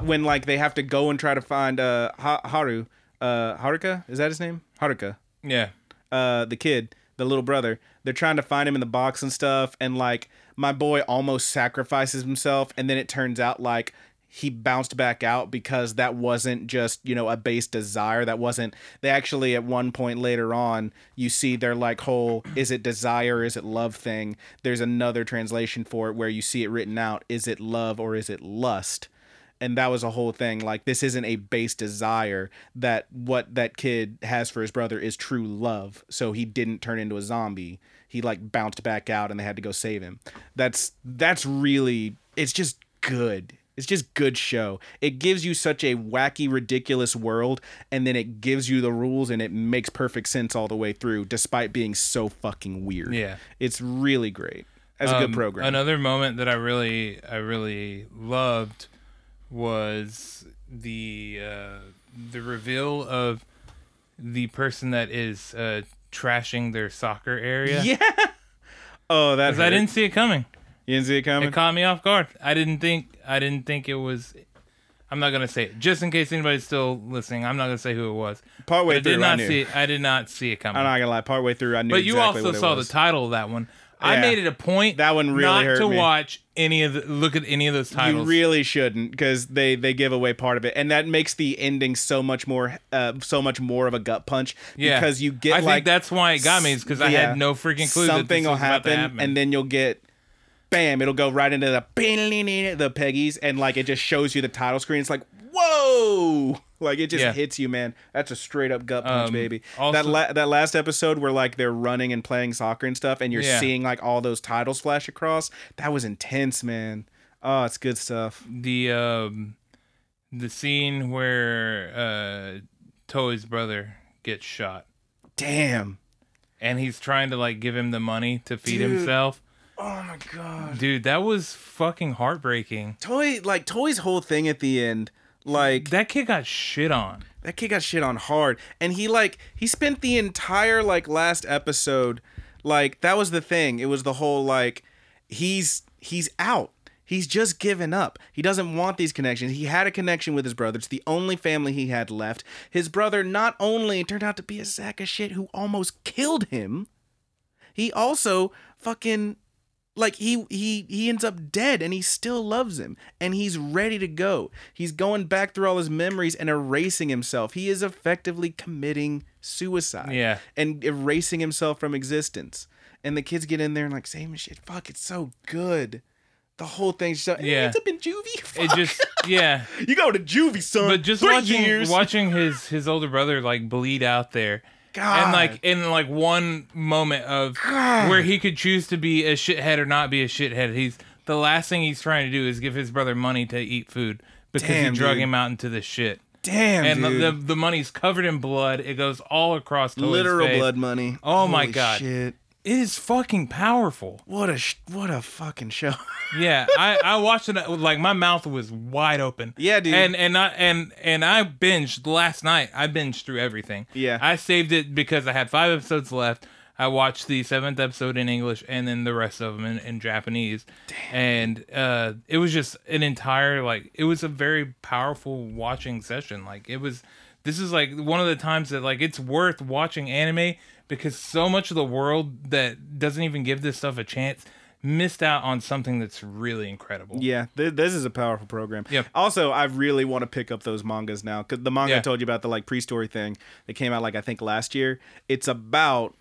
when like they have to go and try to find uh ha- Haru, uh Haruka is that his name? Haruka
Yeah.
uh the kid, the little brother. They're trying to find him in the box and stuff, and like my boy almost sacrifices himself, and then it turns out like he bounced back out because that wasn't just you know a base desire that wasn't they actually at one point later on you see their like whole is it desire is it love thing there's another translation for it where you see it written out is it love or is it lust and that was a whole thing like this isn't a base desire that what that kid has for his brother is true love so he didn't turn into a zombie he like bounced back out and they had to go save him that's that's really it's just good it's just good show it gives you such a wacky ridiculous world and then it gives you the rules and it makes perfect sense all the way through despite being so fucking weird
Yeah.
it's really great that's a good
Um,
program
Another moment that I really I really loved was the uh, the reveal of the person that is uh, trashing their soccer area.
yeah oh that
'Cause I
hurt.
didn't see it coming.
you didn't see it coming
It caught me off guard. I didn't think I didn't think it was. I'm not gonna say it just in case anybody's still listening. I'm not gonna say who it was.
Partway
But I
through,
did
I
not
knew.
see. It, I did not see it coming.
I'm not gonna lie. Partway through, I knew.
but you
exactly
also
what it
saw
was.
the title of that one. I
Yeah.
made it a point
That one really
not
hurt
to
me.
watch any of the look at any of those
You
titles.
really shouldn't, because they they give away part of it, and that makes the ending so much more, uh, so much more of a gut punch.
yeah,
Because you get
I
like
think that's why it got me is because I
yeah,
had no freaking clue that
something
this
will
was about to
happen, and then you'll get. Bam! It'll go right into the the Peggy's, and like it just shows you the title screen. It's like, whoa! Like it just
Yeah.
hits you, man. That's a straight up gut punch,
Um,
baby. that
also-
la- that last episode where like they're running and playing soccer and stuff, and you're
Yeah.
seeing like all those titles flash across. That was intense, man. Oh, it's good stuff.
the um the scene where uh Toei's brother gets shot
Damn.
and he's trying to like give him the money to feed
Dude.
himself.
Oh my god.
Dude, that was fucking heartbreaking.
Toy like Toy's whole thing at the end, like
That kid got shit on.
that kid got shit on hard, and he like he spent the entire like last episode, like that was the thing. It was the whole like he's he's out. He's just given up. He doesn't want these connections. He had a connection with his brother. It's the only family he had left. His brother not only turned out to be a sack of shit who almost killed him, he also fucking like he he he ends up dead and he still loves him and he's ready to go he's going back through all his memories and erasing himself he is effectively committing suicide
Yeah.
and erasing himself from existence and the kids get in there and like same shit fuck it's so good the whole thing's so yeah
Yeah.
ends up in juvie
It
Fuck.
just yeah.
you go to juvie son
But just
Three
watching
years.
watching his his older brother like bleed out there.
God.
And like in like one moment of
God.
where he could choose to be a shithead or not be a shithead, he's the last thing he's trying to do is give his brother money to eat food because
Damn,
he drug
dude.
him out into the shit.
damn
and the,
dude.
the the money's covered in blood. It goes all across Toy's
literal
face.
blood money
Oh my
Holy
God.
shit
It is fucking powerful.
what a sh- what a fucking show
Yeah, I, I watched it uh, like my mouth was wide open.
Yeah, dude.
And and I and and I binged last night. I binged through everything.
Yeah.
I saved it because I had five episodes left. I watched the seventh episode in English and then the rest of them in, in Japanese. And uh, it was just an entire like it was a very powerful watching session. Like it was, this is like one of the times that like it's worth watching anime because so much of the world that doesn't even give this stuff a chance missed out on something that's really incredible.
Yeah, th- this is a powerful program.
Yep.
Also, I really want to pick up those mangas now because the manga I
Yeah.
told you about the like pre-story thing that came out like I think last year. It's about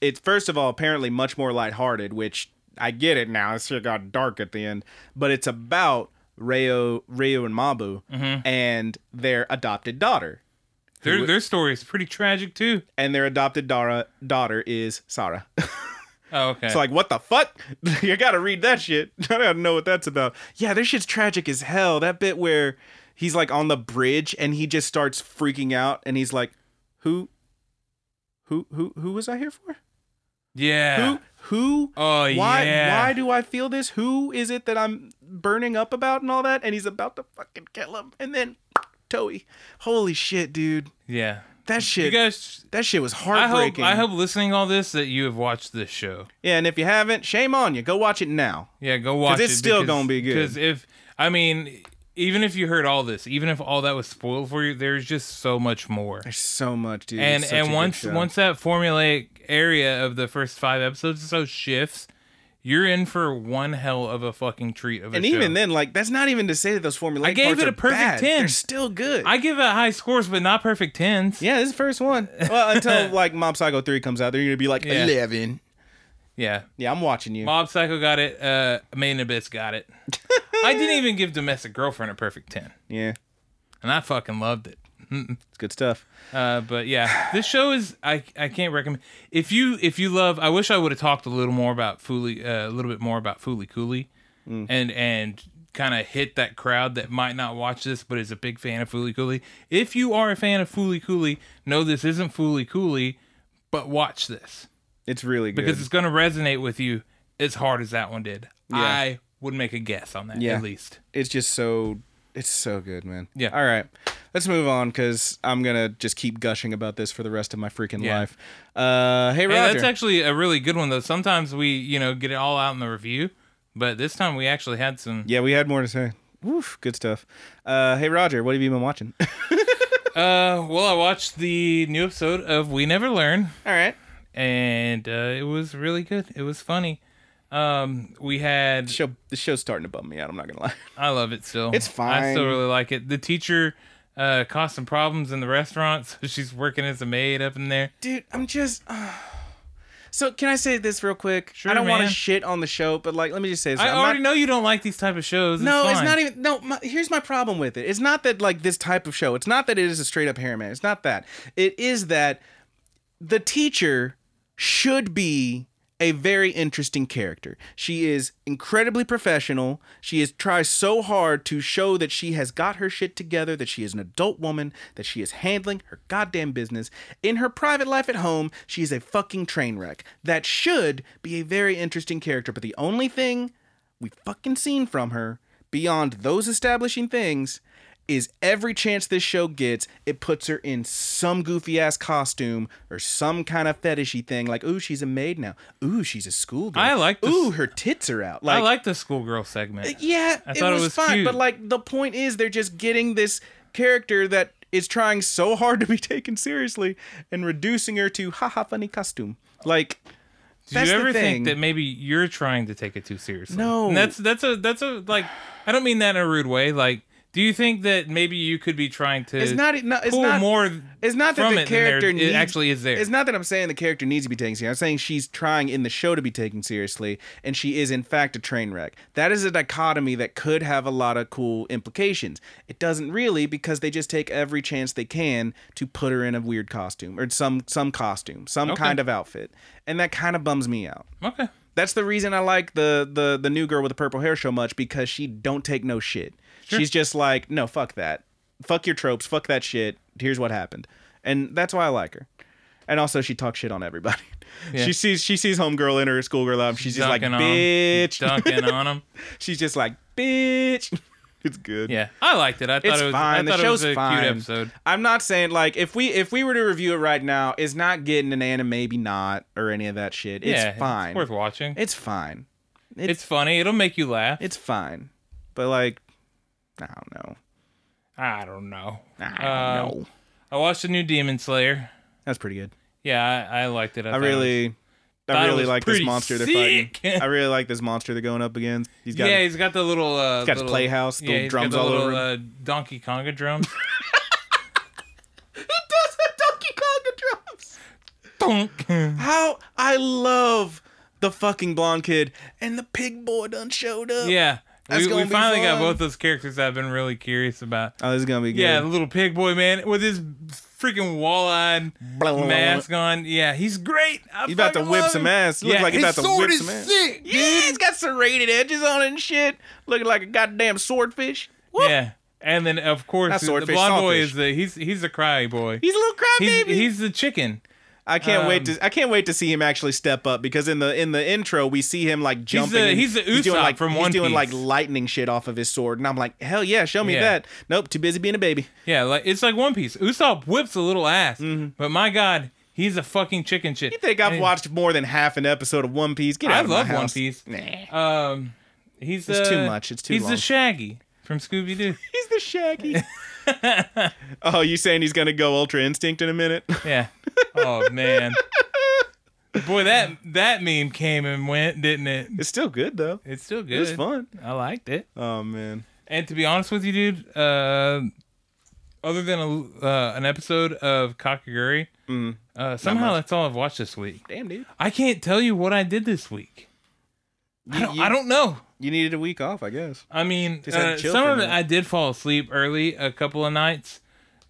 it's first of all apparently much more lighthearted, which I get it now. This shit got dark at the end, but it's about Reo, Reo and Mabu
Mm-hmm.
and their adopted daughter,
Their their story is pretty tragic too.
and their adopted Dara, daughter is Sara.
Oh, okay.
It's like, what the fuck? you gotta read that shit. I gotta know what that's about. Yeah, this shit's tragic as hell. That bit where he's like on the bridge and he just starts freaking out and he's like, Who who who who was I here for?
yeah.
Who who
Oh
why
yeah.
why do I feel this? Who is it that I'm burning up about and all that? And he's about to fucking kill him and then Toei. Holy shit, dude.
yeah.
That
You
shit
guys
that shit was
I hope
heartbreaking.
I hope listening to all this that you have watched this show.
Yeah, and if you haven't, shame on you. Go watch it now.
Yeah, go watch
it's
it
still
because-
gonna be good.
Because if I mean, even if you heard all this, even if all that was spoiled for you, there's just so much more.
There's so much, dude.
And
It's such a
and
good
once
show.
once that formulaic area of the first five episodes or so shifts, you're in for one hell of a fucking treat of a
and
show.
even then, like that's not even to say that those formulaic
I gave
parts
it a
are
perfect
bad.
10.
They're still good.
I give out high scores, but not perfect tens.
yeah, this is the first one. Well, until like Mob Psycho three comes out, they're gonna be like
Yeah.
eleven.
yeah.
Yeah, I'm watching you.
Mob Psycho got it. Uh, Main Abyss got it. I didn't even give Domestic Girlfriend a perfect 10,
yeah,
and I fucking loved it.
it's good stuff.
Uh, but yeah, this show is I I can't recommend if you if you love. I wish I would have talked a little more about Foolie, uh, a little bit more about Foolie Cooley,
Mm.
and and kind of hit that crowd that might not watch this but is a big fan of Foolie Cooley. If you are a fan of Foolie Cooley, no, this isn't Foolie Cooley, but watch this
It's really good.
because it's going to resonate with you as hard as that one did. I would make a guess on that
Yeah.
at least.
it's just so it's so good, man.
Yeah.
All right, let's move on because I'm gonna just keep gushing about this for the rest of my freaking
Yeah.
life. Uh, hey,
Hey,
Roger.
that's actually a really good one though. Sometimes we, you know, get it all out in the review, but this time we actually had some.
yeah, we had more to say. Woof, good stuff. Uh, hey, Roger, what have you been watching? all
Uh, well, I watched the new episode of We Never Learn,
right.
and uh, it was really good. It was funny. Um, we had.
Show the show's starting to bum me out. I'm not gonna lie.
I love it still.
It's
I
fine.
still really like it. The teacher uh, caused some problems in the restaurant, so she's working as a maid up in there.
dude i'm just uh, so can i say this real quick
Sure,
i don't want to
man.
shit on the show but like let me just say this
I
I'm
already
not-
know you don't like these type of shows.
no it's
fine.
not even no my, here's my problem with it it's not that like this type of show it's not that it is a straight up hair man it's not that it is that the teacher should be a very interesting character. She is incredibly professional. She is tries so hard to show that she has got her shit together, that she is an adult woman, that she is handling her goddamn business. In her private life at home, she is a fucking train wreck. That should be a very interesting character, but the only thing we've fucking seen from her beyond those establishing things is every chance this show gets, it puts her in some goofy ass costume or some kind of fetishy thing. Like, ooh, she's a maid now. Ooh, she's a schoolgirl.
I like this-
Ooh, her tits are out.
I
Like, Uh,
like the schoolgirl segment.
yeah,
I
it
thought it
was,
was
fine.
cute.
But like, the point is, they're just getting this character that is trying so hard to be taken seriously and reducing her to haha funny costume. Like,
Do
that's
you
the
ever
thing.
think that maybe you're trying to take it too seriously?
No.
And that's that's a that's a like I don't mean that in a rude way. Like, do you think that maybe you could be trying to
It's not- e, no, it's
pull
not-
more
It's not that
from
the
it than there-
character
it
needs,
actually is there.
It's not that I'm saying the character needs to be taken seriously. I'm saying she's trying in the show to be taken seriously, and she is in fact a train wreck. That is a dichotomy that could have a lot of cool implications. It doesn't really because they just take every chance they can to put her in a weird costume or some some costume, some
Okay.
kind of outfit, and that kind of bums me out.
Okay.
That's the reason I like the the the new girl with the purple hair so much because she don't take no shit. She's just like, no, fuck that, fuck your tropes, fuck that shit. Here's what happened, and that's why I like her. And also, she talks shit on everybody. She sees she sees homegirl in her schoolgirl outfit. She's just like,
Dunking on 'em.
bitch.
Dunking on him.
She's just like, bitch. It's good.
Yeah, I liked it. I thought
It's
it was
fine.
I
The
thought
show's
it was a
fine.
cute episode.
I'm not saying like if we if we were to review it right now, it's not getting an anime, maybe not, or any of that shit. It's
yeah,
fine.
It's worth watching.
it's fine.
it's funny. It'll make you laugh.
It's fine. But like I don't know.
I don't know.
I don't
Um,
know.
I watched the new Demon Slayer.
That's pretty good.
Yeah, I, I liked it.
I
thought it was-
really
thought
I
it
really
was
like this
pretty
monster
sick.
they're fighting. I really like this monster they're going up against. He's got
yeah, he's got the little. Uh,
got his
little,
playhouse, little
he's
drums
got the
all
little,
over
Uh, Donkey Konga drums.
He does the Donkey Kong drums.
Donk.
How I love the fucking blonde kid and the pig boy done showed up.
yeah,
That's
we, we
gonna be
finally got
fun.
both those characters. I've been really curious about.
Oh, this is gonna be good.
Yeah, the little pig boy man with his freaking wall-eyed
blah, blah, blah.
mask on. Yeah, he's great. I
He's about to
fucking
whip
love
some
him.
ass. He looks
yeah,
like he's
his
about to
sword
whip
is
some ass.
sick, dude.
Yeah, he's got serrated edges on it and shit. Looking like a goddamn swordfish. Woo.
Yeah. And then of course
Not
the
swordfish,
blonde boy
sawfish.
is the he's he's a cry boy.
He's a little
He's,
crybaby.
he's the chicken.
I can't wait
Um,
to I can't wait to see him actually step up because in the in the intro we see him like jumping.
the-
and
he's the Usopp
doing like
from
he's
One
doing like
Piece.
lightning shit off of his sword, and I'm like, hell yeah, show me
Yeah.
that. Nope, too busy being a baby.
Yeah, like it's like One Piece. Usopp whips a little ass, but my God, he's a fucking chicken shit.
Mm-hmm. You think I've watched more than half an episode of One Piece? Get out
I
of my
love One
house.
Piece.
Nah.
Um, he's
It's
uh,
too much. It's too
He's
long.
the Shaggy from Scooby Doo.
He's the Shaggy. oh, you saying he's gonna go Ultra Instinct in a minute?
Yeah. Oh man. Boy, that that meme came and went, didn't it?
It's still good though.
It's still good.
It was fun.
I liked it.
Oh man.
And to be honest with you, dude, uh, other than a, uh, an episode of Kakaguri,
Mm-hmm.
uh, somehow that's all I've watched this week.
Damn dude.
I can't tell you what I did this week. I don't, I don't know.
You needed a week off, I guess.
I mean,
Just had to
uh,
chill
some
for a
of it
minute.
I did fall asleep early a couple of nights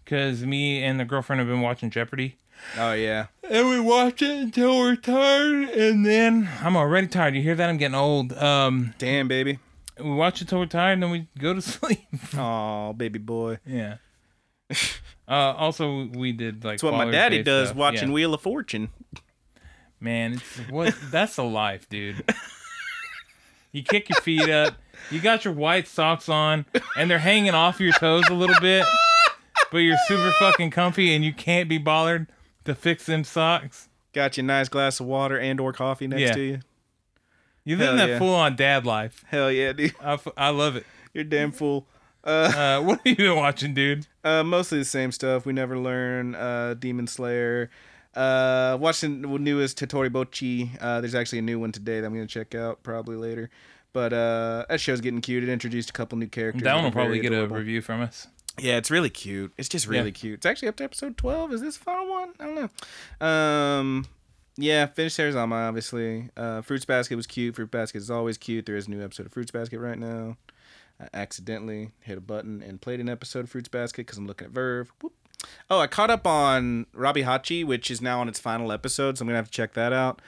because me and the girlfriend have been watching Jeopardy.
Oh yeah.
And we watch it until we're tired, and then I'm already tired. You hear that? I'm getting old. Um,
Damn baby.
we watch it till we're tired, and then we go to sleep.
Oh baby boy.
Yeah. Uh, also, we did like.
That's what my
follower
daddy
base
does
stuff.
watching
Yeah.
Wheel of Fortune.
Man, it's what that's the life, dude. You kick your feet up. You got your white socks on, and they're hanging off your toes a little bit, but you're super fucking comfy, and you can't be bothered to fix them socks.
Got you a nice glass of water and or coffee next
Yeah.
to you.
You live in
Hell
that
yeah.
full on dad life.
Hell yeah, dude.
I, f- I love it.
You're a damn fool. Uh,
Uh, what have you been watching, dude?
uh, mostly the same stuff. We never learn. Uh, Demon Slayer. Uh, watching the newest Totori Bochi. Uh, there's actually a new one today that I'm gonna check out probably later. But uh, that show's getting cute. It introduced a couple new characters.
That one will
are very
probably get
adorable.
a review from us.
Yeah, it's really cute. It's just really
Yeah.
cute. It's actually up to episode twelve. Is this the final one? I don't know. Um, yeah, finished Sarazama, obviously. Uh, Fruits Basket was cute. Fruit Basket is always cute. There is a new episode of Fruits Basket right now. I accidentally hit a button and played an episode of Fruits Basket because I'm looking at Verve. Whoop. Oh, I caught up on Robbie Hachi, which is now on its final episode, so I'm gonna have to check that out.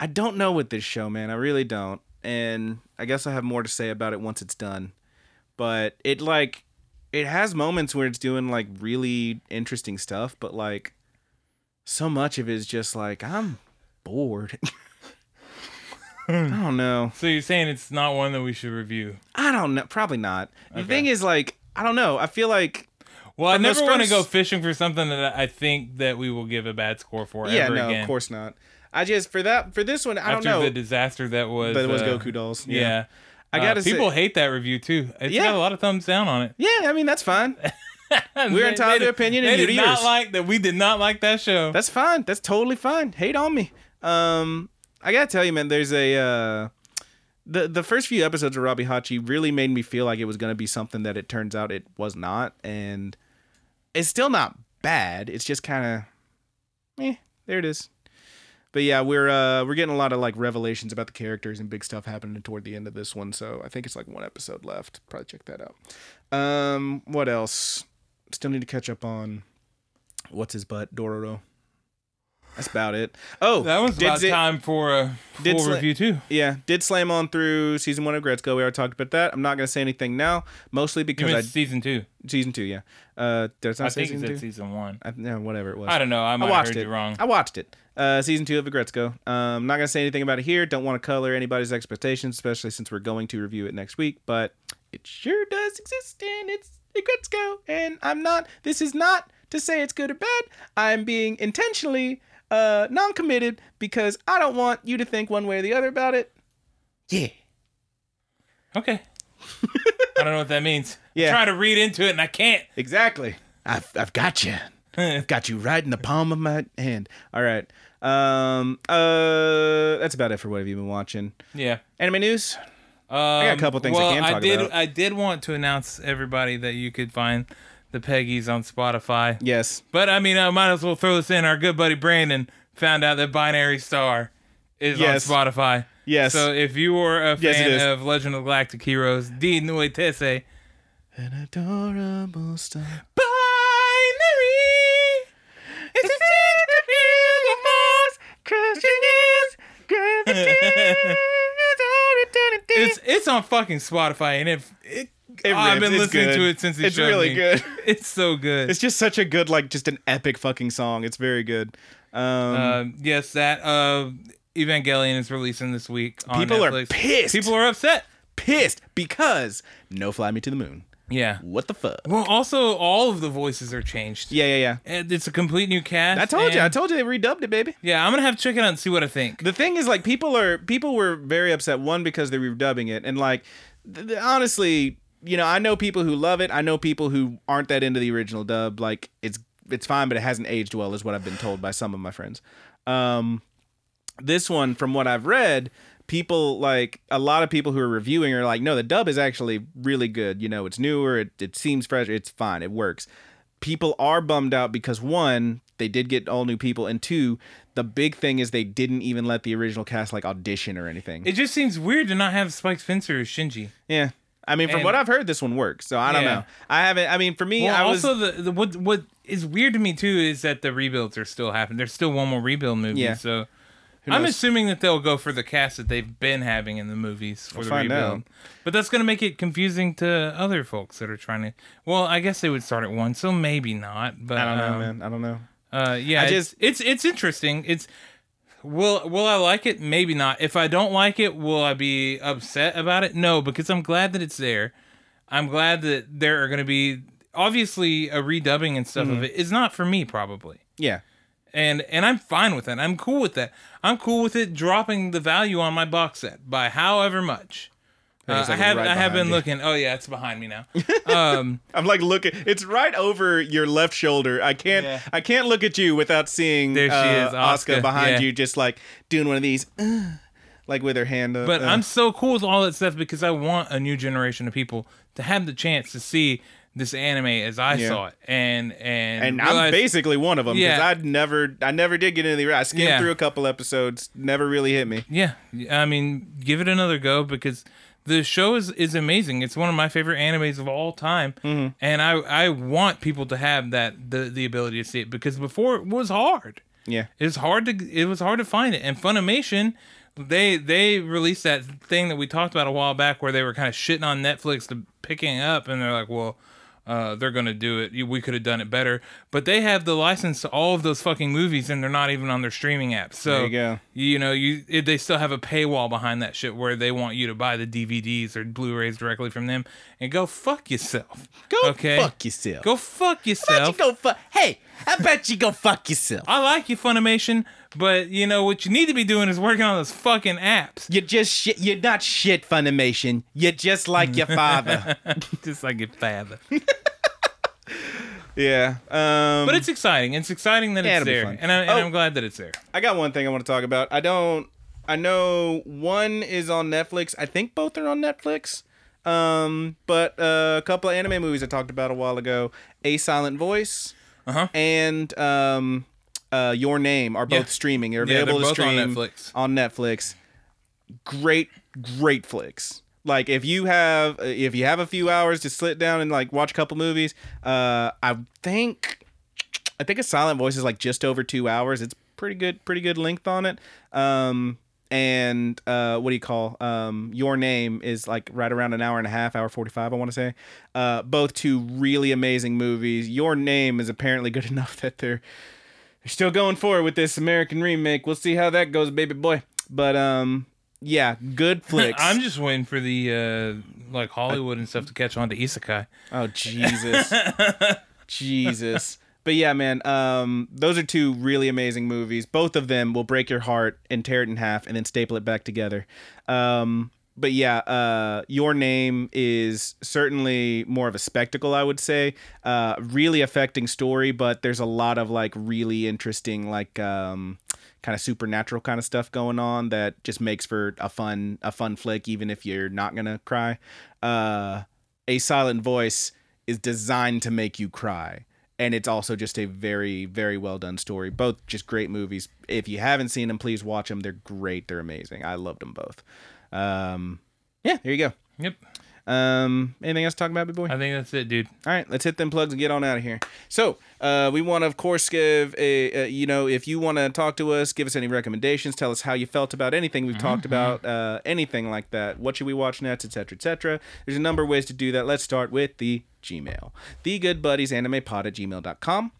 I don't know with this show, man. I really don't. And I guess I have more to say about it once it's done. But it like it has moments where it's doing like really interesting stuff, but like so much of it is just like I'm bored. I don't know.
So you're saying it's not one that we should review?
I don't know. Probably not. The thing is like I don't know. I feel like
Well, I
From those
never want to
first-
go fishing for something that I I think that we will give a bad score for.
yeah,
ever
no,
again.
of course not. I just for that for this one I
After
don't know.
the disaster that was,
but it was
uh,
Goku dolls.
Yeah.
I
Uh,
gotta say-
people hate that review too. It's
Yeah.
got a lot of thumbs down on it.
Yeah, I mean that's fine. We're
They-
entitled
they-
to opinion
They
and you
did
to
not
yours.
like that. We did not like that show.
That's fine. That's totally fine. Hate on me. Um, I gotta tell you, man. There's a uh, the the first few episodes of Robbie Hachi really made me feel like it was gonna be something that it turns out it was not, and it's still not bad. It's just kind of, eh, there it is. But yeah, we're uh, we're getting a lot of like revelations about the characters and big stuff happening toward the end of this one. So I think it's like one episode left. Probably check that out. Um, what else? Still need to catch up on what's his butt Dororo. That's about it. Oh,
that was
did
about
Zi-
time for a full
did Sla-
review too.
Yeah, did slam on through season one of Gretzko. We already talked about that. I'm not gonna say anything now, mostly
You
because
meant
I
season two.
season two. Yeah, uh, did I not
I
say
think you
season
said
two?
season one.
I, no, whatever it was.
I don't know. I might
I
have
watched
heard
it.
you wrong.
I watched it. Uh, season two of Agretzko. Um, not gonna say anything about it here. Don't want to color anybody's expectations, especially since we're going to review it next week. But it sure does exist, and it's Agretzko. And I'm not. This is not to say it's good or bad. I'm being intentionally uh, non-committed because I don't want you to think one way or the other about it. Yeah.
Okay. I don't know what that means.
Yeah.
I'm trying to read into it and I can't.
Exactly. I've, I've got you. I've got you right in the palm of my hand. All right. Um. Uh. That's about it for what have you been watching.
Yeah.
Anime news.
Um, I
got a couple things I
well,
can talk
did,
about.
I did want to announce everybody that you could find the Peggies on Spotify.
Yes.
But I mean, I might as well throw this in. Our good buddy Brandon found out that Binary Star is
Yes.
on Spotify.
Yes.
So if you are a
Yes, it
fan
is.
of Legend of Galactic Heroes, D Nuitese,
An adorable star.
Binary. It's a It's it's on fucking Spotify, and if it,
It
I've
rips.
been
It's
listening
good.
to it since he
It's
showed
really
me.
good.
It's so good.
It's just such a good, like, just an epic fucking song. It's very good. Um,
Um, yes, that uh, Evangelion is releasing this week. On
People are
Netflix.
pissed.
People are upset.
pissed because no fly me to the moon.
Yeah.
What the fuck?
Well, also all of the voices are changed.
Yeah, yeah, yeah.
And It's a complete new cast.
I told you.
and-
I told you they redubbed it, baby.
yeah, I'm gonna have to check it out and see what I think.
The thing is, like, people are people were very upset. One because they were dubbing it, and like, th- th- honestly, you know, I know people who love it. I know people who aren't that into the original dub. Like, it's it's fine, but it hasn't aged well, is what I've been told by some of my friends. Um, this one, from what I've read, people like a lot of people who are reviewing are like, no, the dub is actually really good. You know, it's newer, it, it seems fresh, it's fine, it works. People are bummed out because one, they did get all new people, and two, the big thing is they didn't even let the original cast like audition or anything.
It just seems weird to not have Spike Spencer or Shinji.
yeah. I mean, from
And-
what I've heard, this one works. So I don't
Yeah.
know. I haven't. I mean, for me,
Well,
I was.
also the, the what what is weird to me too is that the rebuilds are still happening. There's still one more rebuild movie,
Yeah.
so I'm
knows?
assuming that they'll go for the cast that they've been having in the movies for the
find
rebuild.
out.
But that's gonna make it confusing to other folks that are trying to. Well, I guess they would start at one, so maybe not. But
I don't know,
um,
man. I don't know.
Uh, yeah,
I
it's-
just-
it's, it's interesting. It's will will I like it? Maybe not. If I don't like it, will I be upset about it? No, because I'm glad that it's there. I'm glad that there are going to be obviously a redubbing and stuff
Mm.
of it is not for me probably.
Yeah.
And and I'm fine with that. I'm cool with that. I'm cool with it dropping the value on my box set by however much. Uh,
it's
I
like
have
right
I have
behind
been
you.
looking. Oh yeah, it's behind me now. Um
I'm like looking. It's right over your left shoulder. I can't.
Yeah.
I can't look at you without seeing
There she
uh,
is, Asuka.
Asuka behind
Yeah.
you, just like doing one of these, "Ugh," like with her hand up.
But
uh,
I'm so cool with all that stuff because I want a new generation of people to have the chance to see this anime as I
Yeah.
saw it, and and
and I'm
realize-
basically one of them because
Yeah.
I'd never. I never did get into the. I skimmed
Yeah.
through a couple episodes. Never really hit me.
yeah. I mean, give it another go because the show is is amazing. It's one of my favorite animes of all time,
Mm-hmm.
and I I want people to have that the the ability to see it because before it was hard.
Yeah.
It's hard to it was hard to find it. And Funimation, they they released that thing that we talked about a while back where they were kind of shitting on Netflix to picking it up and they're like, "Well, uh, they're gonna do it. We could have done it better, but they have the license to all of those fucking movies, and they're not even on their streaming app. So
There you go.
you know, you it, they still have a paywall behind that shit where they want you to buy the DVDs or Blu-rays directly from them, and go fuck yourself.
Go
okay?
fuck yourself.
Go fuck
How about
yourself.
you go fuck? Hey, I bet you go fuck yourself.
I like you, Funimation, but you know what you need to be doing is working on those fucking apps.
You're just shit. You're not shit, Funimation. You're just like your father.
Just like your father.
yeah. Um,
But it's exciting. It's exciting that
Yeah,
it's
it'll be
there,
fun.
and, I, and
Oh.
I'm glad that it's there.
I got one thing I want to talk about. I don't. I know one is on Netflix. I think both are on Netflix. Um, but uh, a couple of anime movies I talked about a while ago, A Silent Voice
Uh-huh.
and um, uh, Your Name are both
Yeah.
streaming. They're
Yeah, they're
available
both
to
on
stream
Netflix.
On Netflix. Great, great flicks. Like if you have if you have a few hours to sit down and like watch a couple movies, uh, I think I think a silent voice is like just over two hours. It's pretty good, pretty good length on it. Um, and uh, what do you call um, your name is like right around an hour and a half, hour forty five, I want to say. Uh, both two really amazing movies. Your name is apparently good enough that they're they're still going forward with this American remake. We'll see how that goes, baby boy. But um, yeah, good flicks.
I'm just waiting for the uh, like Hollywood and stuff to catch on to isekai.
Oh Jesus, Jesus. But yeah, man, um, those are two really amazing movies. Both of them will break your heart and tear it in half, and then staple it back together. Um, but yeah, uh, your name is certainly more of a spectacle, I would say. Uh, really affecting story, but there's a lot of like really interesting, like um, kind of supernatural kind of stuff going on that just makes for a fun, a fun flick, even if you're not gonna cry. Uh, a silent voice is designed to make you cry and it's also just a very very well done story both just great movies if you haven't seen them please watch them they're great they're amazing i loved them both um yeah there you go
Yep,
um anything else to talk about big boy
I think that's it, dude.
all right, let's hit them plugs and get on out of here. So, uh, we want to, of course, give a, uh you know, if you want to talk to us, give us any recommendations, tell us how you felt about anything we've talked about, uh, anything like that. What should we watch next, etc., etc. There's a number of ways to do that. Let's start with the Gmail, the good buddies anime pod at gmail.com.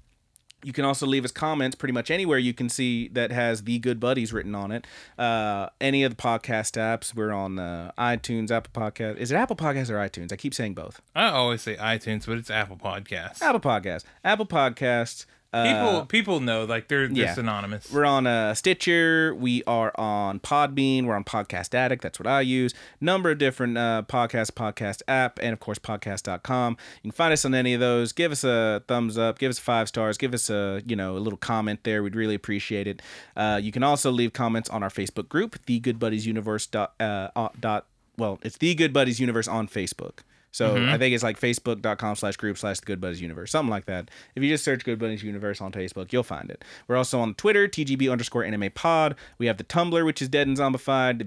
You can also leave us comments pretty much anywhere you can see that has the good buddies written on it. Uh, any of the podcast apps, we're on uh, iTunes, Apple Podcast. Is it Apple Podcasts or iTunes? I keep saying both.
I always say iTunes, but it's Apple Podcasts.
Apple Podcasts. Apple Podcasts. Uh,
people people know like they're they're
yeah.
synonymous.
We're on uh, Stitcher. We are on Podbean. We're on Podcast Addict. That's what I use. Number of different uh, podcasts, podcast app, and of course, podcast.com. You can find us on any of those. Give us a thumbs up. Give us five stars. Give us a you know a little comment there. We'd really appreciate it. Uh, you can also leave comments on our Facebook group, The Good Buddies Universe. Dot, uh, uh, dot, well, it's The Good Buddies Universe on Facebook. So
Mm-hmm.
I think it's like facebook.com slash group slash the Good Buddies Universe, something like that. If you just search Good Buddies Universe on Facebook, you'll find it. We're also on Twitter, TGB underscore anime pod. We have the Tumblr, which is dead and zombified,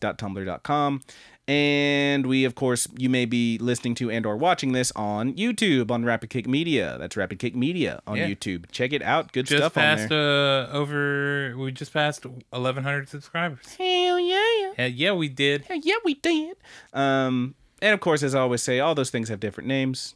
thegoodbuddies.tumblr.com. And we, of course, you may be listening to and or watching this on YouTube on Rapid Kick Media. That's Rapid Kick Media on
Yeah.
YouTube. Check it out. Good
just
stuff on
passed
there.
uh, over. We just passed 1,100 subscribers.
Hell yeah.
Yeah, yeah, we did.
Hell yeah, we did. Um, and of course, as I always say, all those things have different names.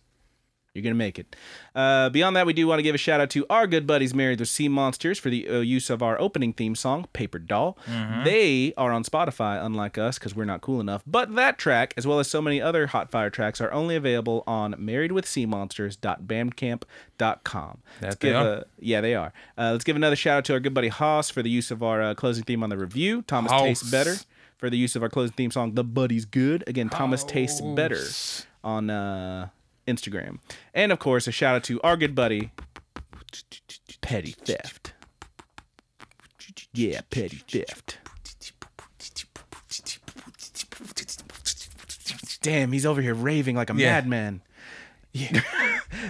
You're gonna make it. Uh, beyond that, we do want to give a shout out to our good buddies Married with Sea Monsters for the uh, use of our opening theme song, Paper Doll.
Mm-hmm.
They are on Spotify, unlike us, because we're not cool enough. But that track, as well as so many other hot fire tracks, are only available on marriedwithseamonsters.bandcamp.com. Let's
they
give
are.
a- yeah, they are. Uh, let's give another shout out to our good buddy Haas for the use of our uh, closing theme on the review. Thomas tastes
Haas.
better for the use of our closing theme song, The Buddy's Good. Again, Thomas Tastes Better on uh, Instagram. And of course, a shout out to our good buddy, Petty Theft. Yeah, Petty Theft. Damn, he's over here raving like a
Yeah.
madman. Yeah.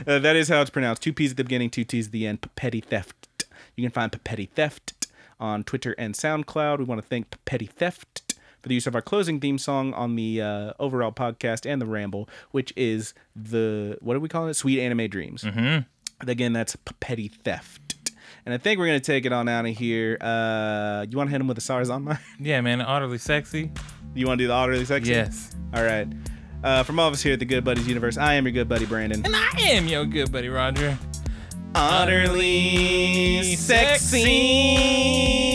Uh, that is how it's pronounced. Two P's at the beginning, two T's at the end. Petty Theft. You can find Petty Theft on Twitter and SoundCloud. We want to thank Petty Theft for the use of our closing theme song on the uh, overall podcast and the ramble, which is the, what do we call it? Sweet Anime Dreams. Again, that's Petty Theft. And I think we're gonna take it on out of here. Uh, you want to hit him with the SARS online?
Yeah, man, utterly sexy.
you want to do the orderly section?
Yes.
All right. Uh, from all of us here at the Good Buddies Universe, I am your good buddy Brandon.
And I am your good buddy Roger.
utterly sexy.